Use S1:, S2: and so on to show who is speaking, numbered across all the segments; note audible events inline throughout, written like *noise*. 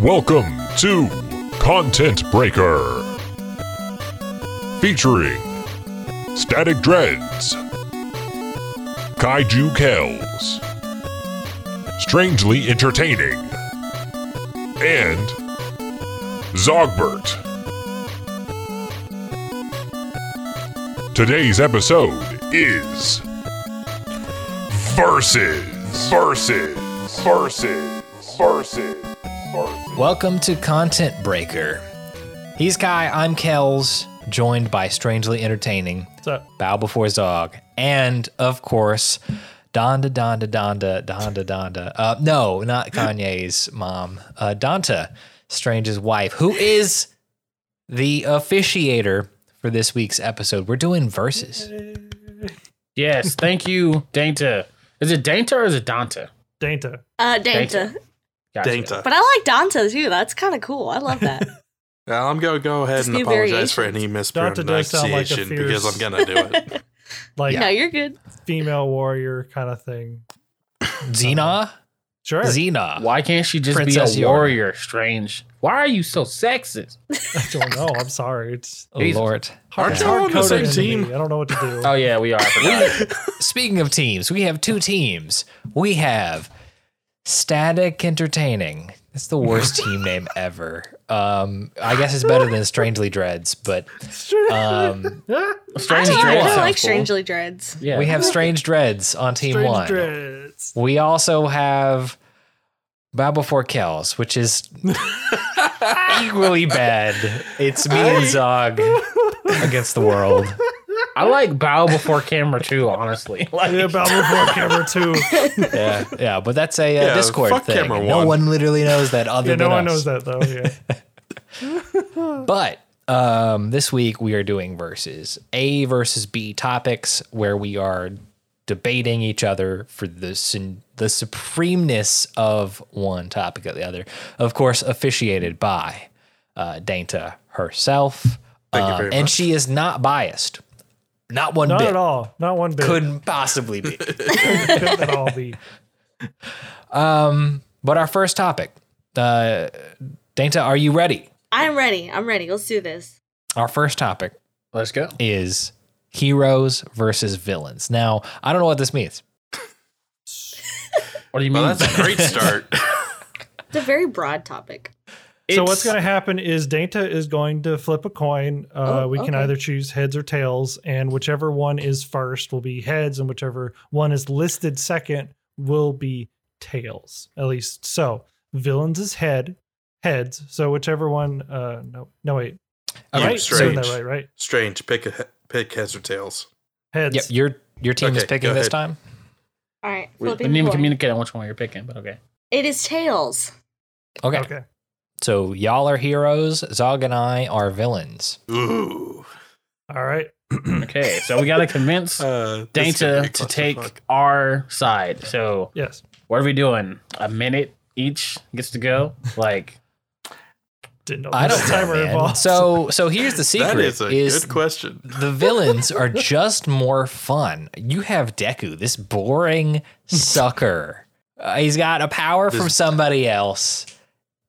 S1: Welcome to Content Breaker. Featuring Static Dreads, Kaiju Kells, Strangely Entertaining, and Zogbert. Today's episode is Versus, Versus, Versus, Versus, Versus.
S2: Welcome to Content Breaker. He's Kai, I'm Kells, joined by Strangely Entertaining,
S3: What's up?
S2: Bow Before Zog, and of course, Donda, Donda, Donda, Donda, Donda. Uh, no, not
S3: *gasps*
S2: Kanye's mom, uh, Donta, Strange's wife, who is the officiator for this week's episode. We're doing verses.
S4: Yes, thank you, Dainta. Is it Dainta or is it Danta?
S3: Dainta.
S5: Uh, Danta.
S4: Danta. Gotcha.
S5: But I like Danta too. That's kind of cool. I
S4: *laughs*
S5: love that.
S6: Now, I'm gonna go ahead
S5: Just
S6: and
S5: new
S6: apologize
S5: variations.
S6: for any
S3: Doctor does sound like a
S6: mispronunciation
S3: fierce-
S6: because I'm gonna do
S3: *laughs*
S6: it.
S3: Like
S5: No, you're good.
S3: female warrior kind of thing.
S2: Xena?
S3: Sure.
S2: Xena.
S4: Why can't she just
S2: Princess
S4: be
S2: Yorna.
S4: a warrior? Strange. Why are you so sexist?
S3: *laughs* I don't know. I'm sorry. It's
S2: Oh,
S4: Jesus.
S2: Lord.
S6: Aren't
S3: it's
S6: you all on the
S3: hard-coded
S6: same
S3: into me.
S6: team?
S3: I don't know what to do.
S4: Oh yeah, we are. I forgot.
S2: Speaking of teams, we have two teams. We have Static Entertaining. It's the
S3: *laughs*
S2: worst team name ever. Um, I guess it's better than Strangely Dreads, but um,
S4: Strange
S5: I don't know. I
S4: Dread
S5: kinda
S4: sounds
S5: like
S4: cool.
S5: Strangely Dreads.
S4: Yeah.
S2: we have Strange Dreads on Team
S3: Strange
S2: One.
S3: dreads.
S2: We also have Bow Before Kells, which
S3: *laughs*
S2: is equally bad. It's me and Zog against the
S3: *laughs*
S2: world.
S4: I like bow before camera too. Honestly, like
S3: Yeah, about before camera two.
S4: *laughs*
S2: Yeah, yeah, but that's a uh,
S6: Yeah,
S2: Discord
S6: fuck
S2: thing.
S6: camera
S2: No
S6: one.
S2: one literally knows that other
S3: Yeah,
S2: than
S3: no one
S2: us.
S3: knows that though. Yeah.
S2: But um, this week we are doing versus A versus B topics where we are debating each other for the sun- the supremeness of one topic or the other. Of course, officiated by uh, Dainta herself,
S6: Thank you
S2: Uh,
S6: very
S2: and
S6: much.
S2: she is not biased, not one
S3: Not
S2: bit.
S3: at all. Not one bit.
S2: Couldn't possibly be.
S3: *laughs*
S2: *laughs*
S3: Couldn't at all be.
S2: um, but our first topic, uh, Dainta, are you ready?
S5: I'm ready. I'm ready. Let's do this.
S2: Our first topic
S4: let's go.
S2: is heroes versus villains. Now, I don't know what this means.
S4: What do you mean?
S6: Well, that's a
S3: *laughs*
S6: great start.
S5: It's a very broad topic.
S3: so
S4: *laughs* It's-
S3: what's going to happen is Dainta is going to flip a coin. Uh,
S5: Oh,
S3: we can
S5: okay.
S3: either choose heads or tails, and whichever one is first will be heads, and whichever one is listed second will be tails. At least so. Villains is head, heads. So whichever one. Uh, no, no wait.
S6: You
S3: right, Doing
S6: strange,
S3: that right, right.
S6: strange. Pick a he- pick heads or tails.
S3: Heads.
S2: Yep, your your team is
S6: Okay,
S2: picking
S6: go
S2: this
S6: ahead.
S2: time.
S5: All right.
S4: We we
S5: Flipping
S4: didn't even
S5: coin.
S4: communicate on which one you're picking, but okay.
S5: it is tails.
S2: Okay.
S3: Okay.
S2: So y'all are heroes. Zog and I are villains.
S6: Ooh.
S3: All right.
S4: Okay, so we got to convince
S6: Uh, *laughs* this is gonna
S4: Dainta
S6: be a
S4: to take
S6: clusterfuck.
S4: our side. So
S3: Yes.
S4: what are we doing? A minute each gets to go. Like
S3: Didn't know
S2: I don't
S3: there's a
S2: know,
S3: *laughs* timer
S2: man.
S3: involved.
S2: So so here's the
S6: *laughs* That
S2: secret:
S6: is
S2: is,
S6: a good question.
S2: the villains are just more fun. You have Deku, this boring sucker. Uh, he's got a power from
S6: This-
S2: somebody else,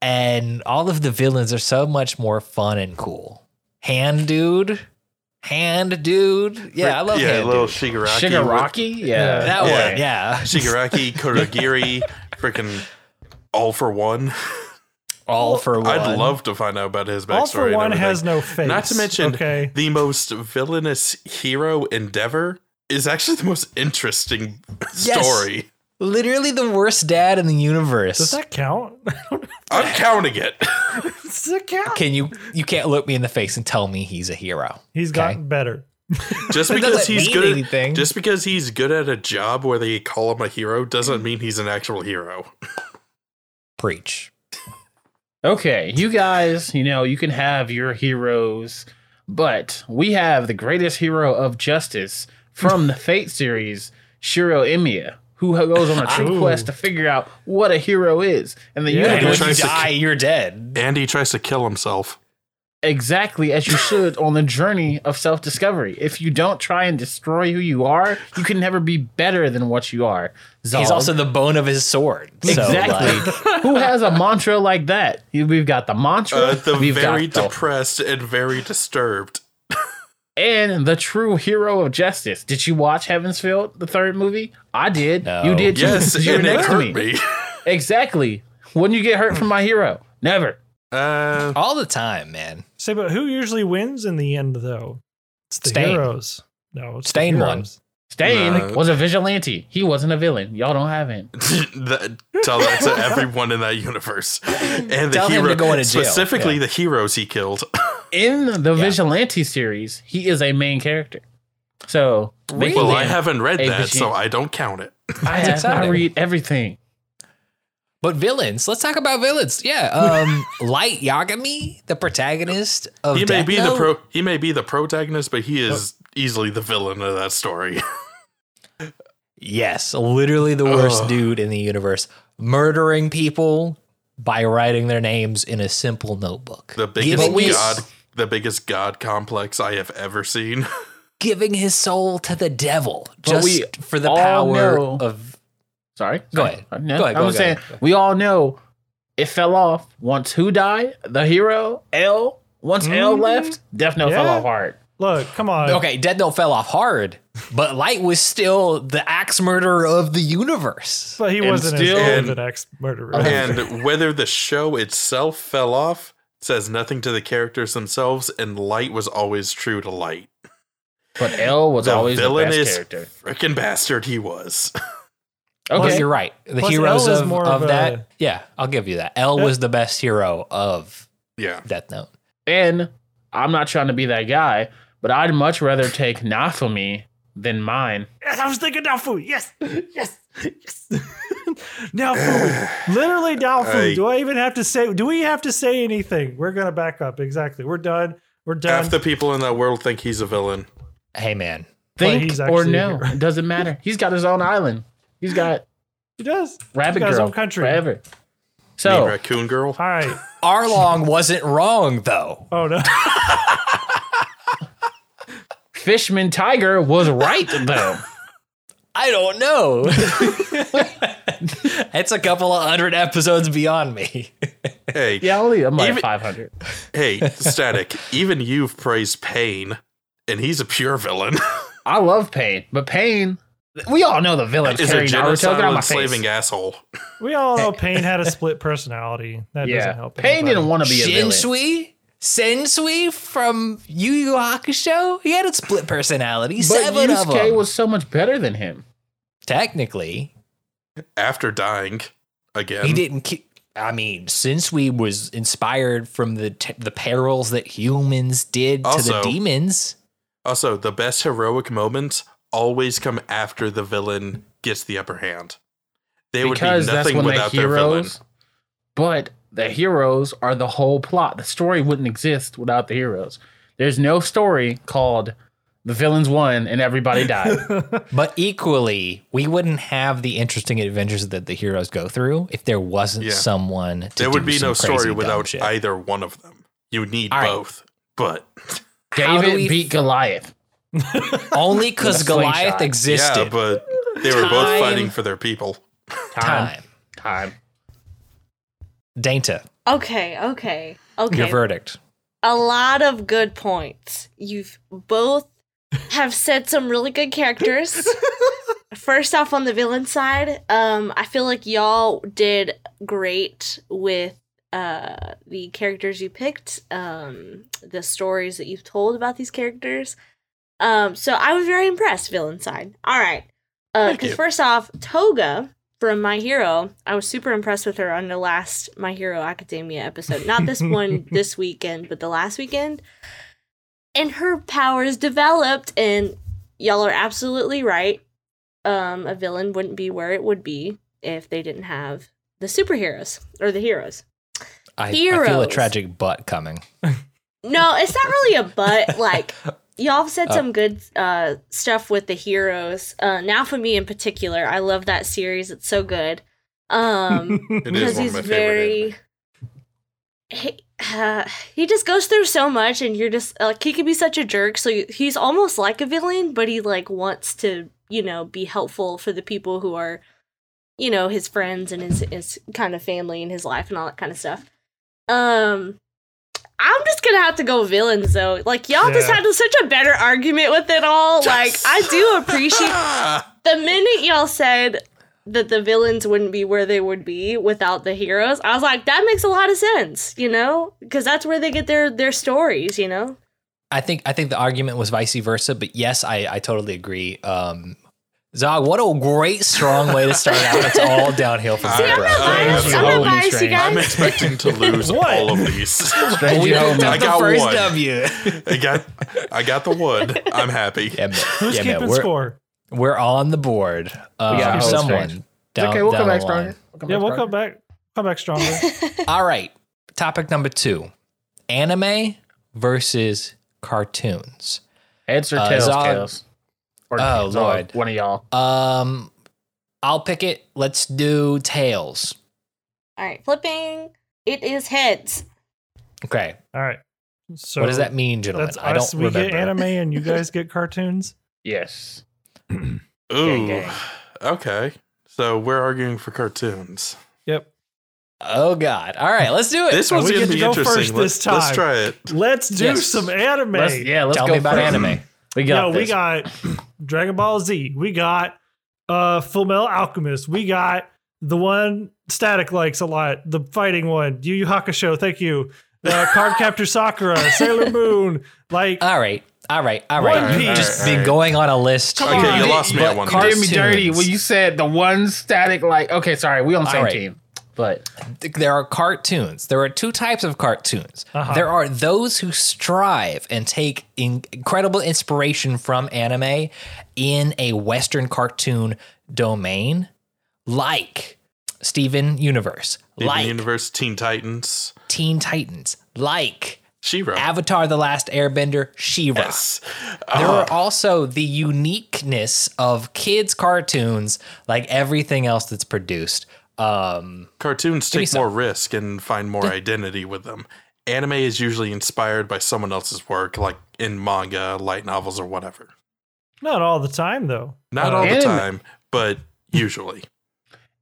S2: and all of the villains are so much more fun and cool. Hand dude, hand dude. Yeah, I love
S6: yeah,
S2: hand
S6: little
S2: dude.
S6: Shigaraki.
S4: Shigaraki? Yeah.
S2: That
S6: Yeah.
S2: one, yeah.
S6: Shigaraki, Kuragiri, freaking all for one.
S2: *laughs* All for one.
S6: I'd love to find out about his backstory.
S3: All for
S6: and
S3: one
S6: everything.
S3: has no face.
S6: Not to
S2: *laughs*
S6: mention
S3: Okay.
S6: the most villainous hero endeavor is actually the most interesting
S2: Yes.
S6: story.
S2: Literally the worst dad in the universe.
S3: Does that count?
S6: I'm counting
S2: *laughs*
S6: it.
S3: Does that count?
S2: Can you you can't look me in the face and tell me he's a hero?
S3: He's
S2: Okay.
S3: gotten better.
S6: Just
S2: That
S6: because
S2: doesn't
S6: he's
S2: mean
S6: good at,
S2: anything.
S6: just because he's good at a job where they call him a hero doesn't mean he's an actual hero.
S2: Preach.
S4: Okay, you guys, you know, you can have your heroes, but we have the greatest hero of justice from the Fate series, Shiro Emiya, who goes on a true
S3: Ooh.
S4: quest to figure out what a hero is. And the
S3: Yeah.
S2: And
S4: universe
S2: when you
S6: tries to
S2: die, you're dead. *laughs*
S6: And he tries to kill himself.
S4: exactly as you should on the journey of self discovery. If you don't try and destroy who you are, you can never be better than what you are. Zog.
S2: He's also the bone of his sword. So,
S4: Exactly.
S2: like,
S4: Who has a mantra like that? We've got the mantra,
S6: Uh, the
S4: we've
S6: very
S4: got the
S6: depressed and very
S2: *laughs*
S6: disturbed.
S4: and the true hero of justice. Did you watch Heavensfield, the third movie? I did.
S2: No.
S4: You did. too,
S6: Yes,
S4: 'cause you were
S6: and it
S4: next to
S6: hurt me. *laughs*
S4: Exactly. When you get hurt from my hero, never.
S6: Uh, *laughs*
S2: all the time, man.
S3: Say, but who usually wins in the end, though? It's the
S2: Stain.
S3: heroes. No, it's
S2: Stain
S3: the
S2: won.
S3: heroes.
S4: Stain
S6: No.
S4: was a vigilante. He wasn't a villain. Y'all don't have him.
S6: that, tell that
S2: *laughs*
S6: to everyone in that universe, and the
S2: Tell him
S6: hero
S2: to go into jail.
S6: specifically
S2: Yeah.
S6: the heroes he killed.
S4: In the
S2: Yeah.
S4: vigilante series, he is a main character. So they
S6: well, I
S4: can-
S6: haven't read
S4: Hey,
S6: that,
S4: machine.
S6: so I don't count it.
S4: I,
S2: That's
S4: have- I
S2: exciting.
S4: read everything.
S2: But villains, let's talk about villains. Yeah, um, *laughs* Light Yagami, the protagonist of
S6: He may
S2: Death
S6: be the
S2: Note.
S6: pro. He may be the protagonist, but he is easily the villain of that story. *laughs*
S2: Yes, literally the worst
S6: Ugh.
S2: dude in the universe, murdering people by writing their names in a simple notebook.
S6: The biggest
S2: giving, his,
S6: god, the biggest god complex I have ever seen.
S4: *laughs*
S2: giving his soul to the devil
S4: But
S2: just
S4: we
S2: for the
S4: all
S2: power
S4: know-
S2: of
S4: Sorry.
S2: Go
S4: Sorry.
S2: ahead.
S4: No,
S2: Go ahead,
S4: I'm
S2: go
S4: just saying
S2: ahead, go ahead.
S4: we all know it fell off once who died? The hero, L. Once L
S6: Mm-hmm.
S3: Mhm.
S4: left, Death Note fell
S3: Yeah.
S4: off hard.
S3: Look, come on.
S2: okay, Dead Note fell off hard, but Light was still the axe murderer of the universe.
S3: But he
S4: And
S3: wasn't
S4: still-
S3: as
S6: and-
S3: good of an ex murderer. *laughs*
S6: and whether the show itself fell off says nothing to the characters themselves. And Light was always true to Light.
S4: But L was
S6: The
S4: always the
S6: villain
S4: best
S6: is-
S4: character.
S6: Frickin' bastard, he was. *laughs*
S2: Okay,
S4: Okay.
S2: you're right. The
S3: Plus,
S2: heroes
S3: L is
S2: of,
S3: more
S2: of
S3: of
S2: that,
S3: a-
S2: yeah, I'll give you that. L
S3: Yeah.
S2: was the best hero of
S6: yeah.
S2: Death Note.
S4: And I'm not trying to be that guy, but I'd much rather take Nafumi than mine.
S3: Yes, I was thinking Dalfu. Yes, yes, yes. *laughs*
S6: *sighs*
S3: Dalfu. Literally Dalfu.
S6: I-
S3: do I even have to say? Do we have to say anything? We're gonna back up. Exactly. We're done. We're done.
S6: Half the people in that world think he's a villain.
S2: Hey, man,
S3: But
S4: Think
S3: he's
S4: or
S3: actually a *laughs*
S4: no,
S3: hero.
S4: it doesn't matter. He's got his own island. He's got
S3: he does.
S4: Rabbit
S3: got his
S4: Girl
S3: own country.
S4: forever.
S6: Mean
S4: So
S6: raccoon girl.
S4: *laughs*
S3: All right.
S2: Arlong wasn't wrong though.
S3: Oh no. *laughs*
S4: Fishman Tiger was right
S3: *laughs*
S4: though.
S2: I don't know. it's a couple of hundred episodes beyond me.
S6: Hey,
S4: yeah, only I'm like
S6: Even-
S4: 500. *laughs*
S6: hey, Static. even you've praised Pain, and he's a pure villain.
S4: I love Pain, but Pain, we all know the villain
S6: *laughs* is a
S4: carrying Naruto. Get
S6: genocidal
S4: out my
S6: enslaving
S4: face.
S6: asshole.
S3: We all know Payne had a split personality. That doesn't
S4: Yeah,
S3: help.
S4: Pain
S3: anybody.
S4: didn't want to be a villain.
S2: Shinsui? Sensui from Yu Yu Hakusho? He had a split personality.
S4: But
S2: Seven of
S4: Yusuke
S2: them.
S4: was so much better than him.
S2: Technically,
S6: After dying again.
S2: he didn't. Ki- I mean, Sensui was inspired from the t- the perils that humans did to the
S6: Also-
S2: demons.
S6: Also, the best heroic moments always come after the villain gets the upper hand. They
S4: because that's
S6: would be nothing
S4: when
S6: without
S4: the
S6: their villain.
S4: heroes. But the heroes are the whole plot. The story wouldn't exist without the heroes. There's no story called "The Villains Won and Everybody
S2: *laughs*
S4: Died."
S2: But equally, we wouldn't have the interesting adventures that the heroes go through if there wasn't
S6: Yeah.
S2: someone. To
S6: There
S2: do
S6: would be
S2: some
S6: no
S2: crazy
S6: story
S2: dumb
S6: without
S2: shit.
S6: either one of them. You need
S2: All right.
S6: both. But
S2: How do
S4: David
S2: we-
S4: beat Goliath.
S2: only *laughs* because
S4: With a slingshot.
S2: Goliath existed.
S6: yeah, but they were both
S2: Time.
S6: fighting for their people.
S2: time.
S4: time.
S2: Dainta,
S5: Okay, okay, okay.
S2: your verdict.
S5: a lot of good points. You've both have said some really good characters.
S4: *laughs*
S5: First off, on the villain side, um, I feel like y'all did great with uh the characters you picked, um, the stories that you've told about these characters. Um, so I was very impressed, villain side. All right,
S6: Thank
S5: because
S6: you.
S5: first off, Toga from My Hero, I was super impressed with her on the last My Hero Academia episode. Not
S6: *laughs*
S5: this one this weekend, but the last weekend. And her powers developed, and y'all are absolutely right. Um, a villain wouldn't be where it would be if they didn't have the superheroes or the heroes.
S2: I, I feel a
S5: Heroes.
S2: tragic butt coming.
S5: No, it's not really a but. Like y'all have said some good uh, stuff with the heroes. Uh, now for me in particular, I love that series. It's so good. Um,
S6: It
S5: because
S6: is one
S5: he's *laughs*
S6: of my favorite.
S5: very
S6: anime.
S5: he, uh, he just goes through so much and you're just like he can be such a jerk so you- he's almost like a villain but he like wants to you know be helpful for the people who are you know his friends and his his kind of family and his life and all that kind of stuff um i'm just gonna have to go villains though like y'all just
S3: Yeah.
S5: had such a better argument with it all like i do appreciate
S6: Ah,
S5: the minute y'all said that the villains wouldn't be where they would be without the heroes, I was like, that makes a lot of sense, you know, because that's where they get their their stories, you know.
S2: I think I think the argument was vice versa, but yes, I, I totally agree. Um, Zog, what a great strong way to start out. It's all downhill
S6: *laughs*
S2: from
S6: See,
S2: there,
S6: I'm
S2: bro.
S6: not biased.
S2: Strange
S6: I'm
S2: you
S6: not
S2: home and
S5: biased, you
S2: strange-
S5: guys.
S6: I'm
S2: *laughs*
S6: expecting to lose
S3: What?
S6: all of these.
S4: Strange
S2: We
S4: you home
S2: picked
S4: and
S2: up
S6: I
S2: the
S6: got
S2: first
S6: one.
S2: W.
S6: I got, I got the wood. I'm happy.
S2: Yeah, man.
S3: Who's
S2: Yeah, man,
S3: keeping
S2: we're,
S3: score?
S2: We're on the board. Um,
S4: got Home
S2: someone.
S4: Strange. It's
S2: down-
S4: okay, we'll
S2: down
S4: come back
S2: the
S4: stronger.
S2: line.
S4: We'll come
S3: Yeah,
S4: back
S3: we'll come
S4: stronger.
S3: back. Come
S4: *laughs*
S3: back stronger.
S2: All right. Topic number two anime versus cartoons.
S4: Heads or
S2: Uh,
S4: tails,
S2: Zog-
S4: tails. Or
S2: Oh,
S4: Zog,
S2: Lord.
S4: one of y'all.
S2: Um, I'll pick it. Let's do tails.
S5: *laughs* All right, flipping. It is heads.
S2: Okay.
S3: All right. So
S2: what does that mean, gentlemen?
S3: That's
S2: I don't
S3: us. We
S2: remember.
S3: get anime
S2: *laughs*
S3: and you guys get cartoons.
S4: Yes. Gang,
S6: Ooh.
S4: gang.
S6: Okay. So we're arguing for cartoons.
S3: Yep.
S2: Oh God! All right, let's
S3: *laughs*
S2: do it.
S6: This one's
S3: we
S6: gonna
S3: get to
S6: be
S3: go
S6: interesting.
S3: first
S6: let's,
S3: this
S6: let's
S3: time.
S6: try it.
S3: Let's do
S2: Yes.
S3: some anime.
S4: Let's, yeah, let's
S2: Tell
S4: go
S2: me about
S4: first.
S2: anime.
S4: We
S3: Yeah,
S4: got
S3: we
S4: this.
S3: got *clears throat* Dragon Ball Z. We got uh Full Metal Alchemist. We got the one Static likes a lot, the fighting one, Yu Yu Hakusho. Thank you. Uh, Card
S2: *laughs*
S3: Captor Sakura, Sailor Moon. Like,
S2: All right, all right, all right.
S3: One
S2: You've
S6: Piece.
S2: just
S6: All right,
S2: been
S6: all right.
S2: going on a list.
S6: Come Okay, on. you lost me
S2: But
S6: at one
S4: You did me
S2: cartoons,
S4: dirty when you said the one static. Like, okay, sorry, we on the
S2: All
S4: same
S2: right.
S4: team, but
S2: there are cartoons. There are two types of cartoons.
S3: Uh-huh.
S2: There are those who strive and take in- incredible inspiration from anime in a Western cartoon domain, like Steven Universe,
S6: Steven
S2: like
S6: Universe, Teen Titans,
S2: Teen Titans, like
S6: She-Ra.
S2: Avatar: The Last Airbender, She-Ra.
S6: Yes.
S2: There
S6: Ah,
S2: are also the uniqueness of kids' cartoons, like everything else that's produced. Um,
S6: cartoons
S2: me
S6: take
S2: some.
S6: more risk and find more identity with them. Anime is usually inspired by someone else's work, like in manga, light novels, or whatever.
S3: not all the time, though.
S6: Not
S2: Uh,
S6: all the
S4: anime-
S6: time, but usually.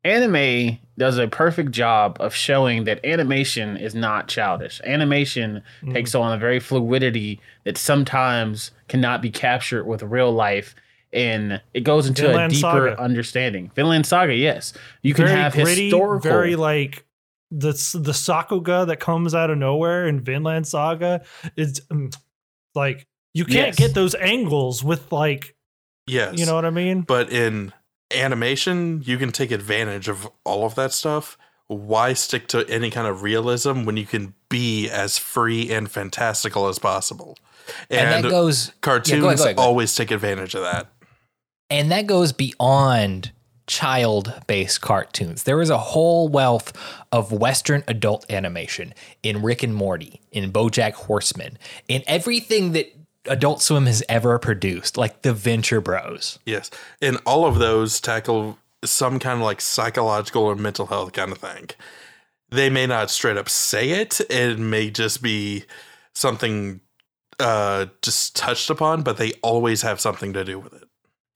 S4: anime does a perfect job of showing that animation is not childish. Animation
S3: Mhm.
S4: takes on a very fluidity that sometimes cannot be captured with real life. And it goes into
S3: Vinland
S4: a deeper
S3: Saga.
S4: understanding. Vinland Saga, yes, you can have historical.
S3: very like the the Sakuga that comes out of nowhere in Vinland Saga. It's mm, like you can't
S4: Yes.
S3: get those angles with like *laughs*
S6: Yes.
S3: you know what I mean.
S6: but in animation, you can take advantage of all of that stuff. Why stick to any kind of realism when you can be as free and fantastical as possible?
S2: and,
S6: And,
S2: that goes
S6: cartoons
S2: yeah, go ahead, go ahead, go ahead.
S6: always take advantage of that.
S2: and that goes beyond child-based cartoons. There is a whole wealth of Western adult animation in Rick and Morty, in BoJack Horseman, in everything that Adult Swim has ever produced, like the Venture Bros.
S6: Yes. And all of those tackle some kind of like psychological or mental health kind of thing. They may not straight up say it, it may just be something uh just touched upon, but they always have something to do with it.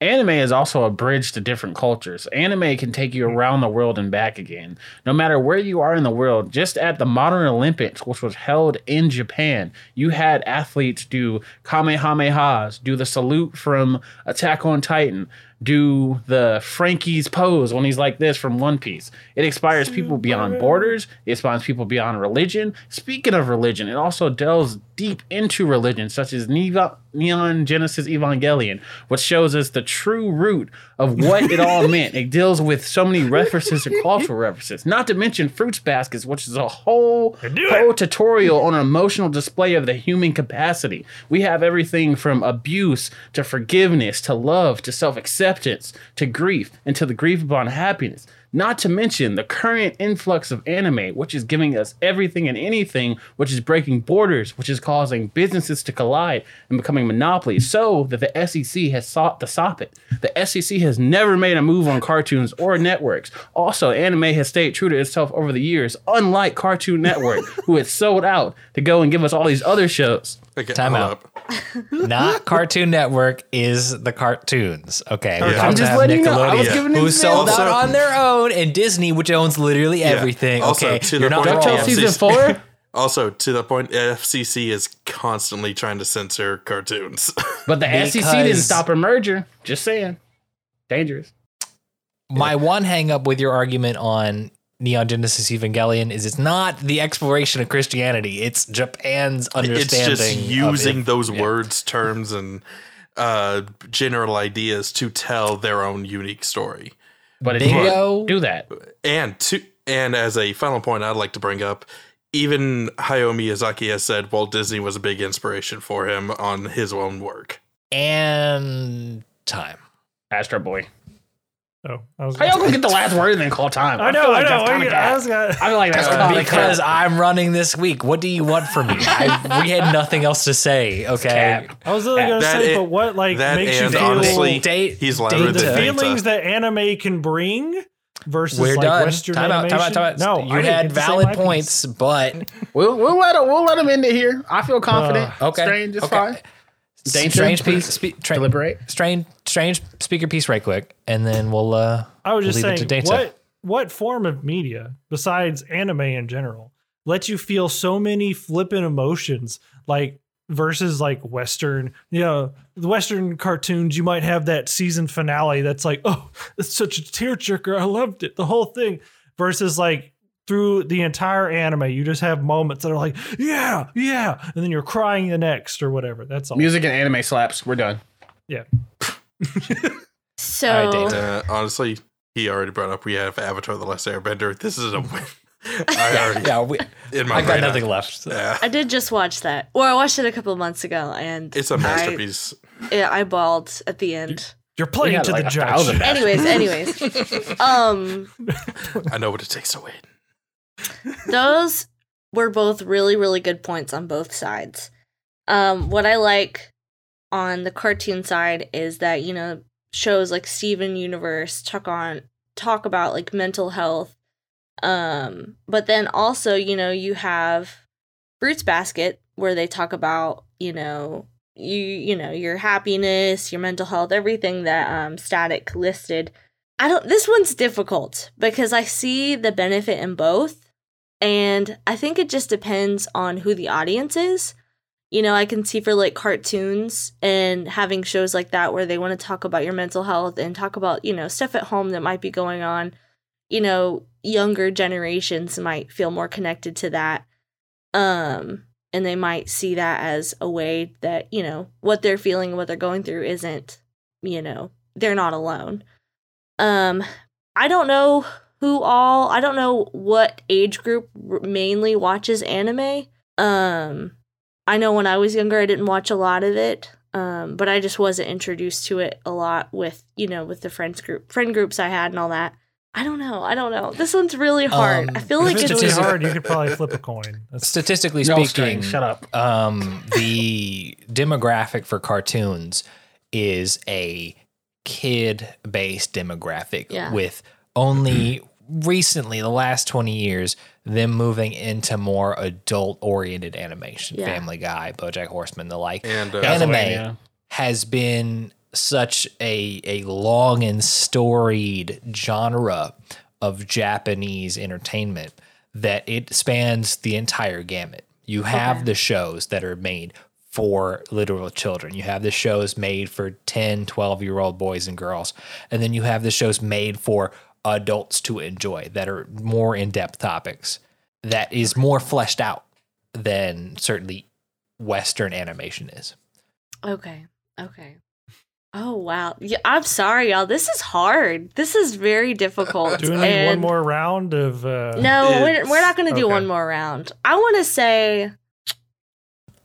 S4: anime is also a bridge to different cultures. Anime can take you around the world and back again. No matter where you are in the world, just at the modern Olympics, which was held in Japan, you had athletes do Kamehamehas, do the salute from Attack on Titan, do the Frankie's pose when he's like this from One Piece. It inspires people beyond borders, it inspires people beyond religion. Speaking of religion, it also delves deep into religion, such as Neva- Neon Genesis Evangelion, which shows us the true root of what it all meant. It deals with so many references and cultural references, not to mention fruits baskets, which is a whole
S3: knew it.
S4: whole tutorial on an emotional display of the human capacity. We have everything from abuse to forgiveness to love to self acceptance to grief and to the grief upon happiness. Not to mention the current influx of anime, which is giving us everything and anything, which is breaking borders, which is causing businesses to collide and becoming monopolies, so that the SEC has sought to stop it. The SEC has never made a move on cartoons or networks. Also, anime has stayed true to itself over the years, unlike Cartoon Network, who has sold out to go and give us all these other shows.
S6: Okay,
S2: Time
S6: hold
S2: out. Not Cartoon Network is the cartoons. Okay, we're
S6: Yeah.
S2: talking
S6: I'm
S4: just
S2: about
S4: letting you know, I
S2: Nickelodeon,
S4: was giving an
S2: who sold
S6: example.
S2: out
S6: Also-
S2: on their own, and Disney, which owns literally everything.
S6: Also,
S2: okay,
S6: to the
S2: you're not
S6: point-
S4: DuckTales
S6: Yeah.
S2: wrong. *laughs*
S4: season four?
S6: Also, to that point, FCC is constantly trying to censor cartoons. *laughs*
S4: But the SEC didn't
S2: Because-
S4: stop a merger. Just saying. Dangerous.
S2: My one hang up with your argument on Neon Genesis Evangelion is it's not the exploration of Christianity; it's Japan's
S6: it's
S2: understanding.
S6: just
S2: of
S6: using
S2: it.
S6: those
S2: yeah.
S6: words, terms, and uh, general ideas to tell their own unique story.
S4: But it
S2: Bingo.
S4: didn't do that.
S6: And to and as a final point, I'd like to bring up. Even Hayao Miyazaki has said Walt Disney was a big inspiration for him on his own work.
S2: and time.
S4: Astro Boy.
S3: Oh, I was.
S4: How y'all gonna get the last word and then call time?
S3: I know,
S4: feel
S3: I
S4: like
S3: know.
S4: that's
S3: I,
S4: kinda
S3: I
S4: bad.
S3: was gonna.
S4: I feel like that's
S2: Uh,
S4: kinda
S2: because
S4: bad.
S2: I'm running this week. What do you want from me? I, we had nothing else to say. Okay.
S4: Cap.
S3: I was really gonna
S6: That
S3: say,
S6: it-
S3: but what like
S6: that
S3: makes you
S6: and
S3: feel
S6: honestly,
S2: Date-
S6: he's
S2: data.
S6: louder
S3: the
S6: than
S3: feelings
S6: Data.
S3: that anime can bring versus
S2: We're
S3: like
S2: done.
S3: Western
S2: Time out,
S3: animation?
S2: time out, time out.
S3: No,
S2: you
S3: I didn't
S2: had
S3: get to say my
S2: valid
S3: piece.
S2: points, but
S4: We'll we'll let him we'll let him end it here. I feel confident.
S2: okay,
S4: Strange is
S2: okay.
S4: fine. Danger,
S2: strange
S4: please
S2: piece, spe- tra-
S4: Deliberate.
S2: strange, strange speaker piece, right quick, and then we'll. uh
S3: I was
S2: we'll
S3: just
S2: leave it
S3: saying,
S2: to Data.
S3: what what form of media besides anime in general lets you feel so many flippant emotions like versus like western you know the western cartoons you might have that season finale that's like oh it's such a tearjerker i loved it the whole thing versus like through the entire anime you just have moments that are like yeah yeah and then you're crying the next or whatever that's all
S4: Music and anime slaps. We're done.
S2: All right,
S5: So
S2: Dana.
S6: Uh, honestly, he already brought up we have Avatar: The Last Airbender. This is a win. *laughs* I already
S2: Yeah, we,
S6: in my
S2: I got
S6: brain,
S2: nothing left.
S6: Yeah.
S5: I did just watch that. Well, I watched it a couple months ago, and
S6: It's a masterpiece.
S5: I, I bawled at the end.
S3: you're playing
S4: got
S3: to
S4: like
S3: the
S4: a thousand
S3: judge
S4: back.
S5: Anyways,
S6: *laughs*
S5: anyways, um,
S6: I know what it takes to win.
S5: those were both really, really good points on both sides. Um, what I like on the cartoon side is that you know shows like Steven Universe talk on talk about like mental health, um, but then also you know you have Fruits Basket where they talk about you know you you know your happiness, your mental health, everything that um, Static listed. I don't. This one's difficult because I see the benefit in both, and I think it just depends on who the audience is. You know, I can see for like cartoons and having shows like that where they want to talk about your mental health and talk about, you know, stuff at home that might be going on. You know, younger generations might feel more connected to that. Um, and they might see that as a way that, you know, what they're feeling, what they're going through isn't, you know, they're not alone. Um, I don't know who all I don't know what age group r- mainly watches anime. Um I know when I was younger I didn't watch a lot of it. Um but I just wasn't introduced to it a lot with, you know, with the friends group friend groups I had and all that. I don't know. I don't know. This one's really hard.
S2: Um,
S5: I feel
S3: if
S5: like
S3: it's
S5: it's
S3: really
S5: really
S2: statistic-
S4: *laughs*
S3: hard you could probably flip a coin that's
S2: Statistically
S4: No,
S2: speaking,
S4: Strange, shut up.
S2: um, the demographic for cartoons is a kid based demographic
S5: Yeah.
S2: with only recently the last 20 years them moving into more adult oriented animation
S5: Yeah.
S2: family guy bojack horseman the like
S6: And uh,
S2: Anime.
S4: Castlevania.
S2: has been such a a long and storied genre of Japanese entertainment that it spans the entire gamut. You have the shows that are made for literal children. You have the shows made for 10, 12 year old boys and girls. And then you have the shows made for adults to enjoy that are more in depth topics that is more fleshed out than certainly Western animation is.
S5: Okay. Okay. Oh wow. Yeah, I'm sorry y'all. This is hard. This is very difficult. *laughs*
S3: Do we need one
S5: And-
S3: more round of uh,
S5: No, we're,
S6: It's-
S5: we're not going to do
S3: okay.
S5: one more round. I want to say,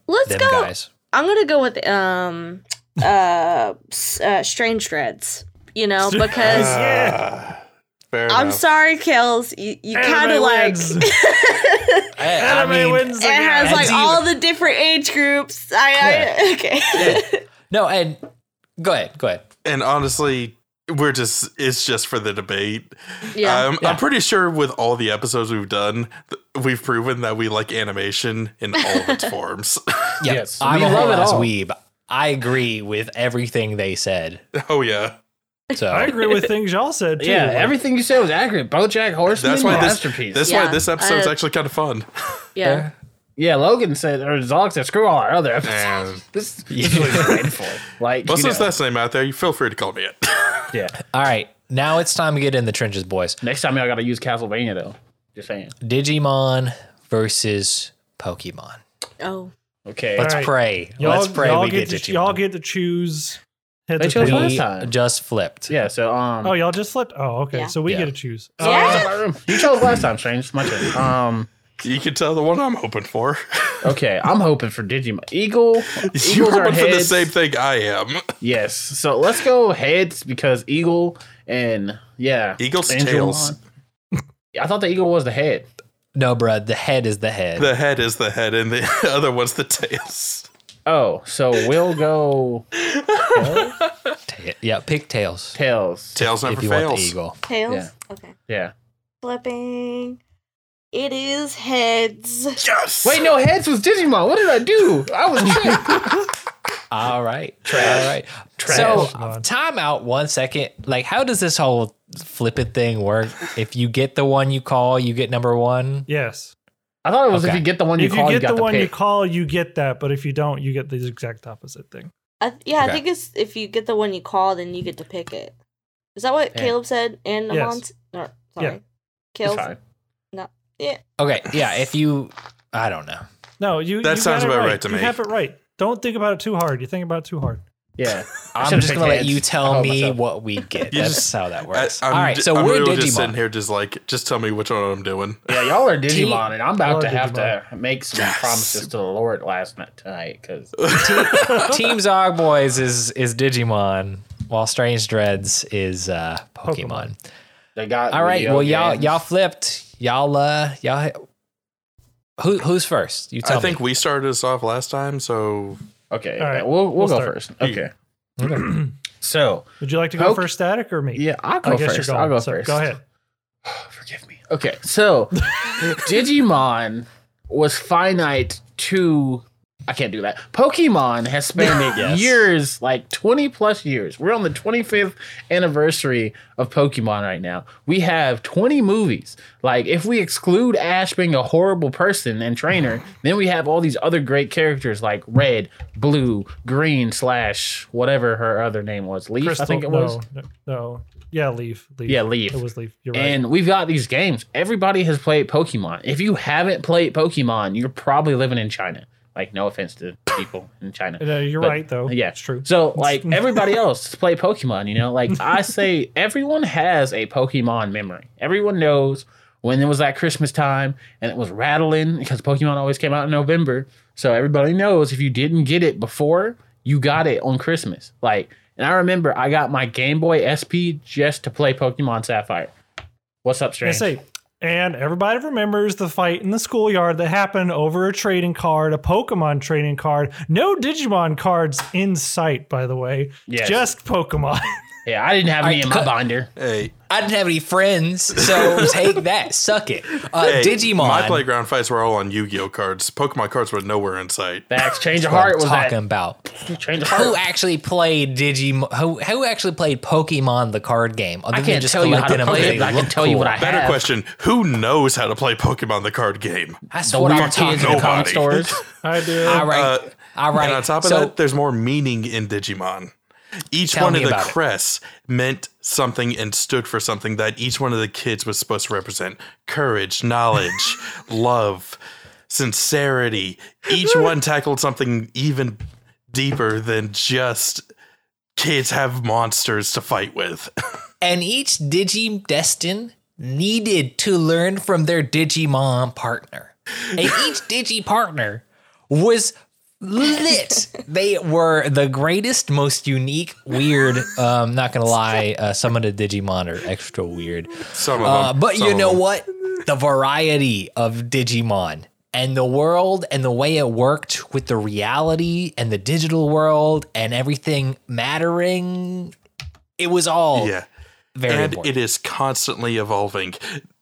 S5: let's
S2: Them
S5: go.
S2: guys.
S5: I'm going to go with um
S3: *laughs*
S5: uh, s- uh strange dreads. You know because
S3: Yeah.
S6: uh, Fair
S5: I'm
S6: enough.
S5: sorry, Kels. You, you
S3: Anime
S5: kind of like.
S3: wins.
S5: *laughs* it
S2: I, Eh, I
S3: Anime
S2: mean,
S3: wins again.
S5: has like
S2: That's
S5: all the different age groups. I, I *laughs* okay.
S2: no, and go ahead, go ahead.
S6: And honestly, we're just it's just for the debate.
S5: yeah.
S6: Um, I'm pretty sure with all the episodes we've done, th- we've proven that we like animation in all
S4: *laughs*
S6: of its forms. *laughs*
S2: Yeah,
S4: Yes,
S2: I'm
S4: we
S2: a
S4: love
S2: whole
S4: it
S2: ass
S4: all.
S2: weeb. I agree with everything they said.
S6: oh yeah.
S2: So
S3: I agree with things y'all said too.
S4: yeah,
S3: Like,
S4: everything you said was accurate. BoJack Horseman,
S6: That's why this-
S4: masterpiece.
S6: That's
S5: Yeah,
S6: why this episode's
S4: Uh,
S5: I-
S6: actually kind of fun.
S5: yeah.
S4: yeah, Logan said, or Zog said, screw all our other episodes.
S6: *laughs* And
S4: This, this is what we're
S2: *laughs*
S4: in for. Like,
S6: well,
S4: you know,
S6: since that's the name out there, you feel free to call me it. *laughs*
S4: yeah.
S2: all right, now it's time to get in the trenches, boys.
S4: Next time y'all gotta use Castlevania though. Just saying.
S2: Digimon versus Pokemon.
S5: Oh.
S4: Okay.
S2: Let's
S3: All right.
S2: pray.
S3: Y'all,
S2: Let's pray
S3: y'all
S2: we
S3: get,
S2: get,
S3: to,
S2: Digimon.
S3: y'all get to choose. Heads
S4: They
S3: or
S4: chose
S3: tails.
S4: last
S2: we
S4: time.
S2: just flipped.
S4: yeah, so um
S3: Oh, y'all just flipped. Oh, okay.
S5: Yeah.
S3: So we
S2: Yeah.
S3: get to choose.
S4: so
S3: Uh,
S4: it's my room. You chose last time, Strange. It's my turn. Um
S6: You can tell the one I'm hoping for. *laughs*
S4: okay, I'm hoping for Digimon.
S2: *laughs*
S4: Eagle
S6: You're
S4: Eagles are
S6: hoping for the
S4: heads.
S6: same thing I am.
S4: Yes. So let's go heads because Eagle and yeah.
S6: Eagle's
S4: Angel
S6: tails.
S4: on. I thought the Eagle was the head.
S2: No, bruh, the head is the head.
S6: The head is the head, and the *laughs* other one's
S2: *laughs*
S6: the tails.
S4: Oh, so we'll go
S2: Ta- yeah, pigtails.
S4: tails.
S6: Tails never
S2: if you want
S6: fails.
S2: the eagle.
S5: Tails.
S4: Yeah.
S5: Okay.
S4: Yeah.
S5: Flipping. It is heads.
S6: Yes.
S4: Wait, no, heads was Digimon. What did I do? I was tricked.
S2: All right. All right. So,
S3: Trash.
S2: time out one second. Like, how does this whole flip it thing work? If you get the one you call, you get number one.
S3: yes.
S4: I thought it was if
S2: Okay.
S4: you get the one you
S3: If you
S4: call, you
S3: get
S4: got
S3: the one
S4: pick.
S3: you call, you get that. But if you don't, you get the exact opposite thing.
S5: I, yeah,
S2: Okay.
S5: I think it's if you get the one you call, then you get to pick it. Is that what
S4: Yeah.
S5: Caleb said? And
S3: Yes.
S5: Amon's? No, sorry.
S3: Yeah.
S4: It's
S5: Caleb?
S4: fine.
S2: Okay. Yeah. If you, I don't know.
S3: No, you.
S6: That
S3: you
S6: sounds
S3: got it
S6: about
S3: right
S6: right to
S3: you
S6: me.
S3: have it right. Don't think about it too hard. You think about it too hard.
S4: Yeah. I
S2: I'm
S4: should've
S2: just
S4: picked
S2: gonna let
S4: heads.
S2: you
S4: I
S2: tell
S4: hurt
S2: me
S4: myself.
S2: what we get.
S6: *laughs* You
S2: That's
S6: just-
S2: how that
S6: I,
S2: works.
S6: I'm,
S2: All right,
S6: ju-
S2: so
S6: I'm
S2: we're
S6: really just sitting
S2: Digimon.
S6: here, just like, just tell me which one I'm doing.
S4: Yeah, y'all are
S2: Team-
S4: Digimon, and I'm about
S3: Y'all are
S4: to have to make some
S6: Yes.
S4: promises to the Lord last night tonight because
S2: Team Zog Boys is is Digimon, while Strange Dreads is uh, Pokemon.
S4: they got.
S2: All right,
S4: video
S2: well y'all
S4: games.
S2: y'all flipped. Y'all uh y'all who who's first? You tell
S6: I think we started us off last time, so
S4: Okay,
S3: All right,
S4: we'll we'll,
S3: we'll
S4: go
S3: start.
S4: first. Okay,
S2: me. Okay.
S4: so
S3: Would you like to go
S4: Okay.
S3: first, static or me?
S4: yeah, I'll go
S3: I guess
S4: first.
S3: you're going.
S4: I'll go
S3: so
S4: first.
S3: Go ahead.
S4: Forgive me. Okay, so Digimon was finite to. I can't do that. Pokemon has spanned
S2: Yes.
S4: years, like 20 plus years. We're on the 25th anniversary of Pokemon right now. We have 20 movies. Like, if we exclude Ash being a horrible person and trainer, then we have all these other great characters like Red, Blue, Green, slash, whatever her other name was. Leaf,
S3: Crystal,
S4: I think it
S3: no,
S4: was.
S3: No, no. Yeah, leave. Leave.
S4: Yeah, Leaf.
S3: It was leave. You're right.
S4: And we've got these games. Everybody has played Pokemon. If you haven't played Pokemon, you're probably living in China. Like, no offense to people in China.
S3: No, Uh, you're
S4: But,
S3: right though.
S4: Yeah,
S3: it's true. *laughs*
S4: So, like, everybody else has played Pokemon, you know? Like, I say everyone has a Pokemon memory. Everyone knows when it was that Christmas time and it was rattling because Pokemon always came out in November. So, everybody knows if you didn't get it before, you got it on Christmas. Like, and I remember I got my Game Boy SP just to play Pokemon Sapphire. What's up,
S3: I
S4: Strange?
S3: say, and everybody remembers the fight in the schoolyard that happened over a trading card, a Pokemon trading card. No Digimon cards in sight, by the way.
S4: Yes.
S3: Just Pokemon.
S4: Yeah, I didn't have
S2: Alright,
S4: any in my
S2: cut.
S4: binder.
S6: hey,
S2: I didn't have any friends,
S6: *laughs*
S2: so take that. Suck it. Uh,
S6: hey,
S2: Digimon.
S6: My playground fights were all on Yu-Gi-Oh cards. Pokemon cards were nowhere in sight.
S4: Facts. Change of
S2: what I'm
S4: heart was
S2: talking
S4: that.
S2: about
S4: Change of
S2: who
S4: heart.
S2: actually played Digimon? Who who actually played Pokemon the card game? Other
S4: I
S2: than
S4: can't
S2: just
S4: tell you how
S2: collecting
S4: to
S2: them
S4: play
S2: and
S4: it,
S2: they
S4: but I can
S2: look
S4: tell you
S2: cool.
S4: what I
S6: Better
S4: have.
S6: question: Who knows how to play Pokemon the card game?
S2: That's
S4: The
S2: what
S4: weird
S2: I'm talking
S4: kids in the
S2: about.
S4: comic
S6: about.
S4: stores.
S3: *laughs* I do.
S2: All right,
S6: Uh,
S2: all right.
S6: And on top of
S2: so,
S6: that, there's more meaning in Digimon. Each
S2: Tell
S6: one
S2: me
S6: of the
S2: about it.
S6: crests meant something and stood for something that each one of the kids was supposed to represent
S2: *laughs*
S6: courage, knowledge, love, sincerity.
S2: *laughs*
S6: Each one tackled something even deeper than just kids have monsters to fight with. *laughs*
S2: and each Digidestin needed to learn
S6: *laughs*
S2: from their Digimon partner. And each Digi partner was lit. they were the greatest, most unique, weird. Um, not gonna lie, uh, some of the Digimon are extra weird.
S6: Some of
S2: Uh,
S6: them.
S2: but
S6: some
S2: you
S6: of
S2: know
S6: them.
S2: what? The variety of Digimon and the world and the way it worked with the reality and the digital world and everything mattering. It was all
S6: Yeah.
S2: very
S6: and
S2: important.
S6: it is constantly evolving.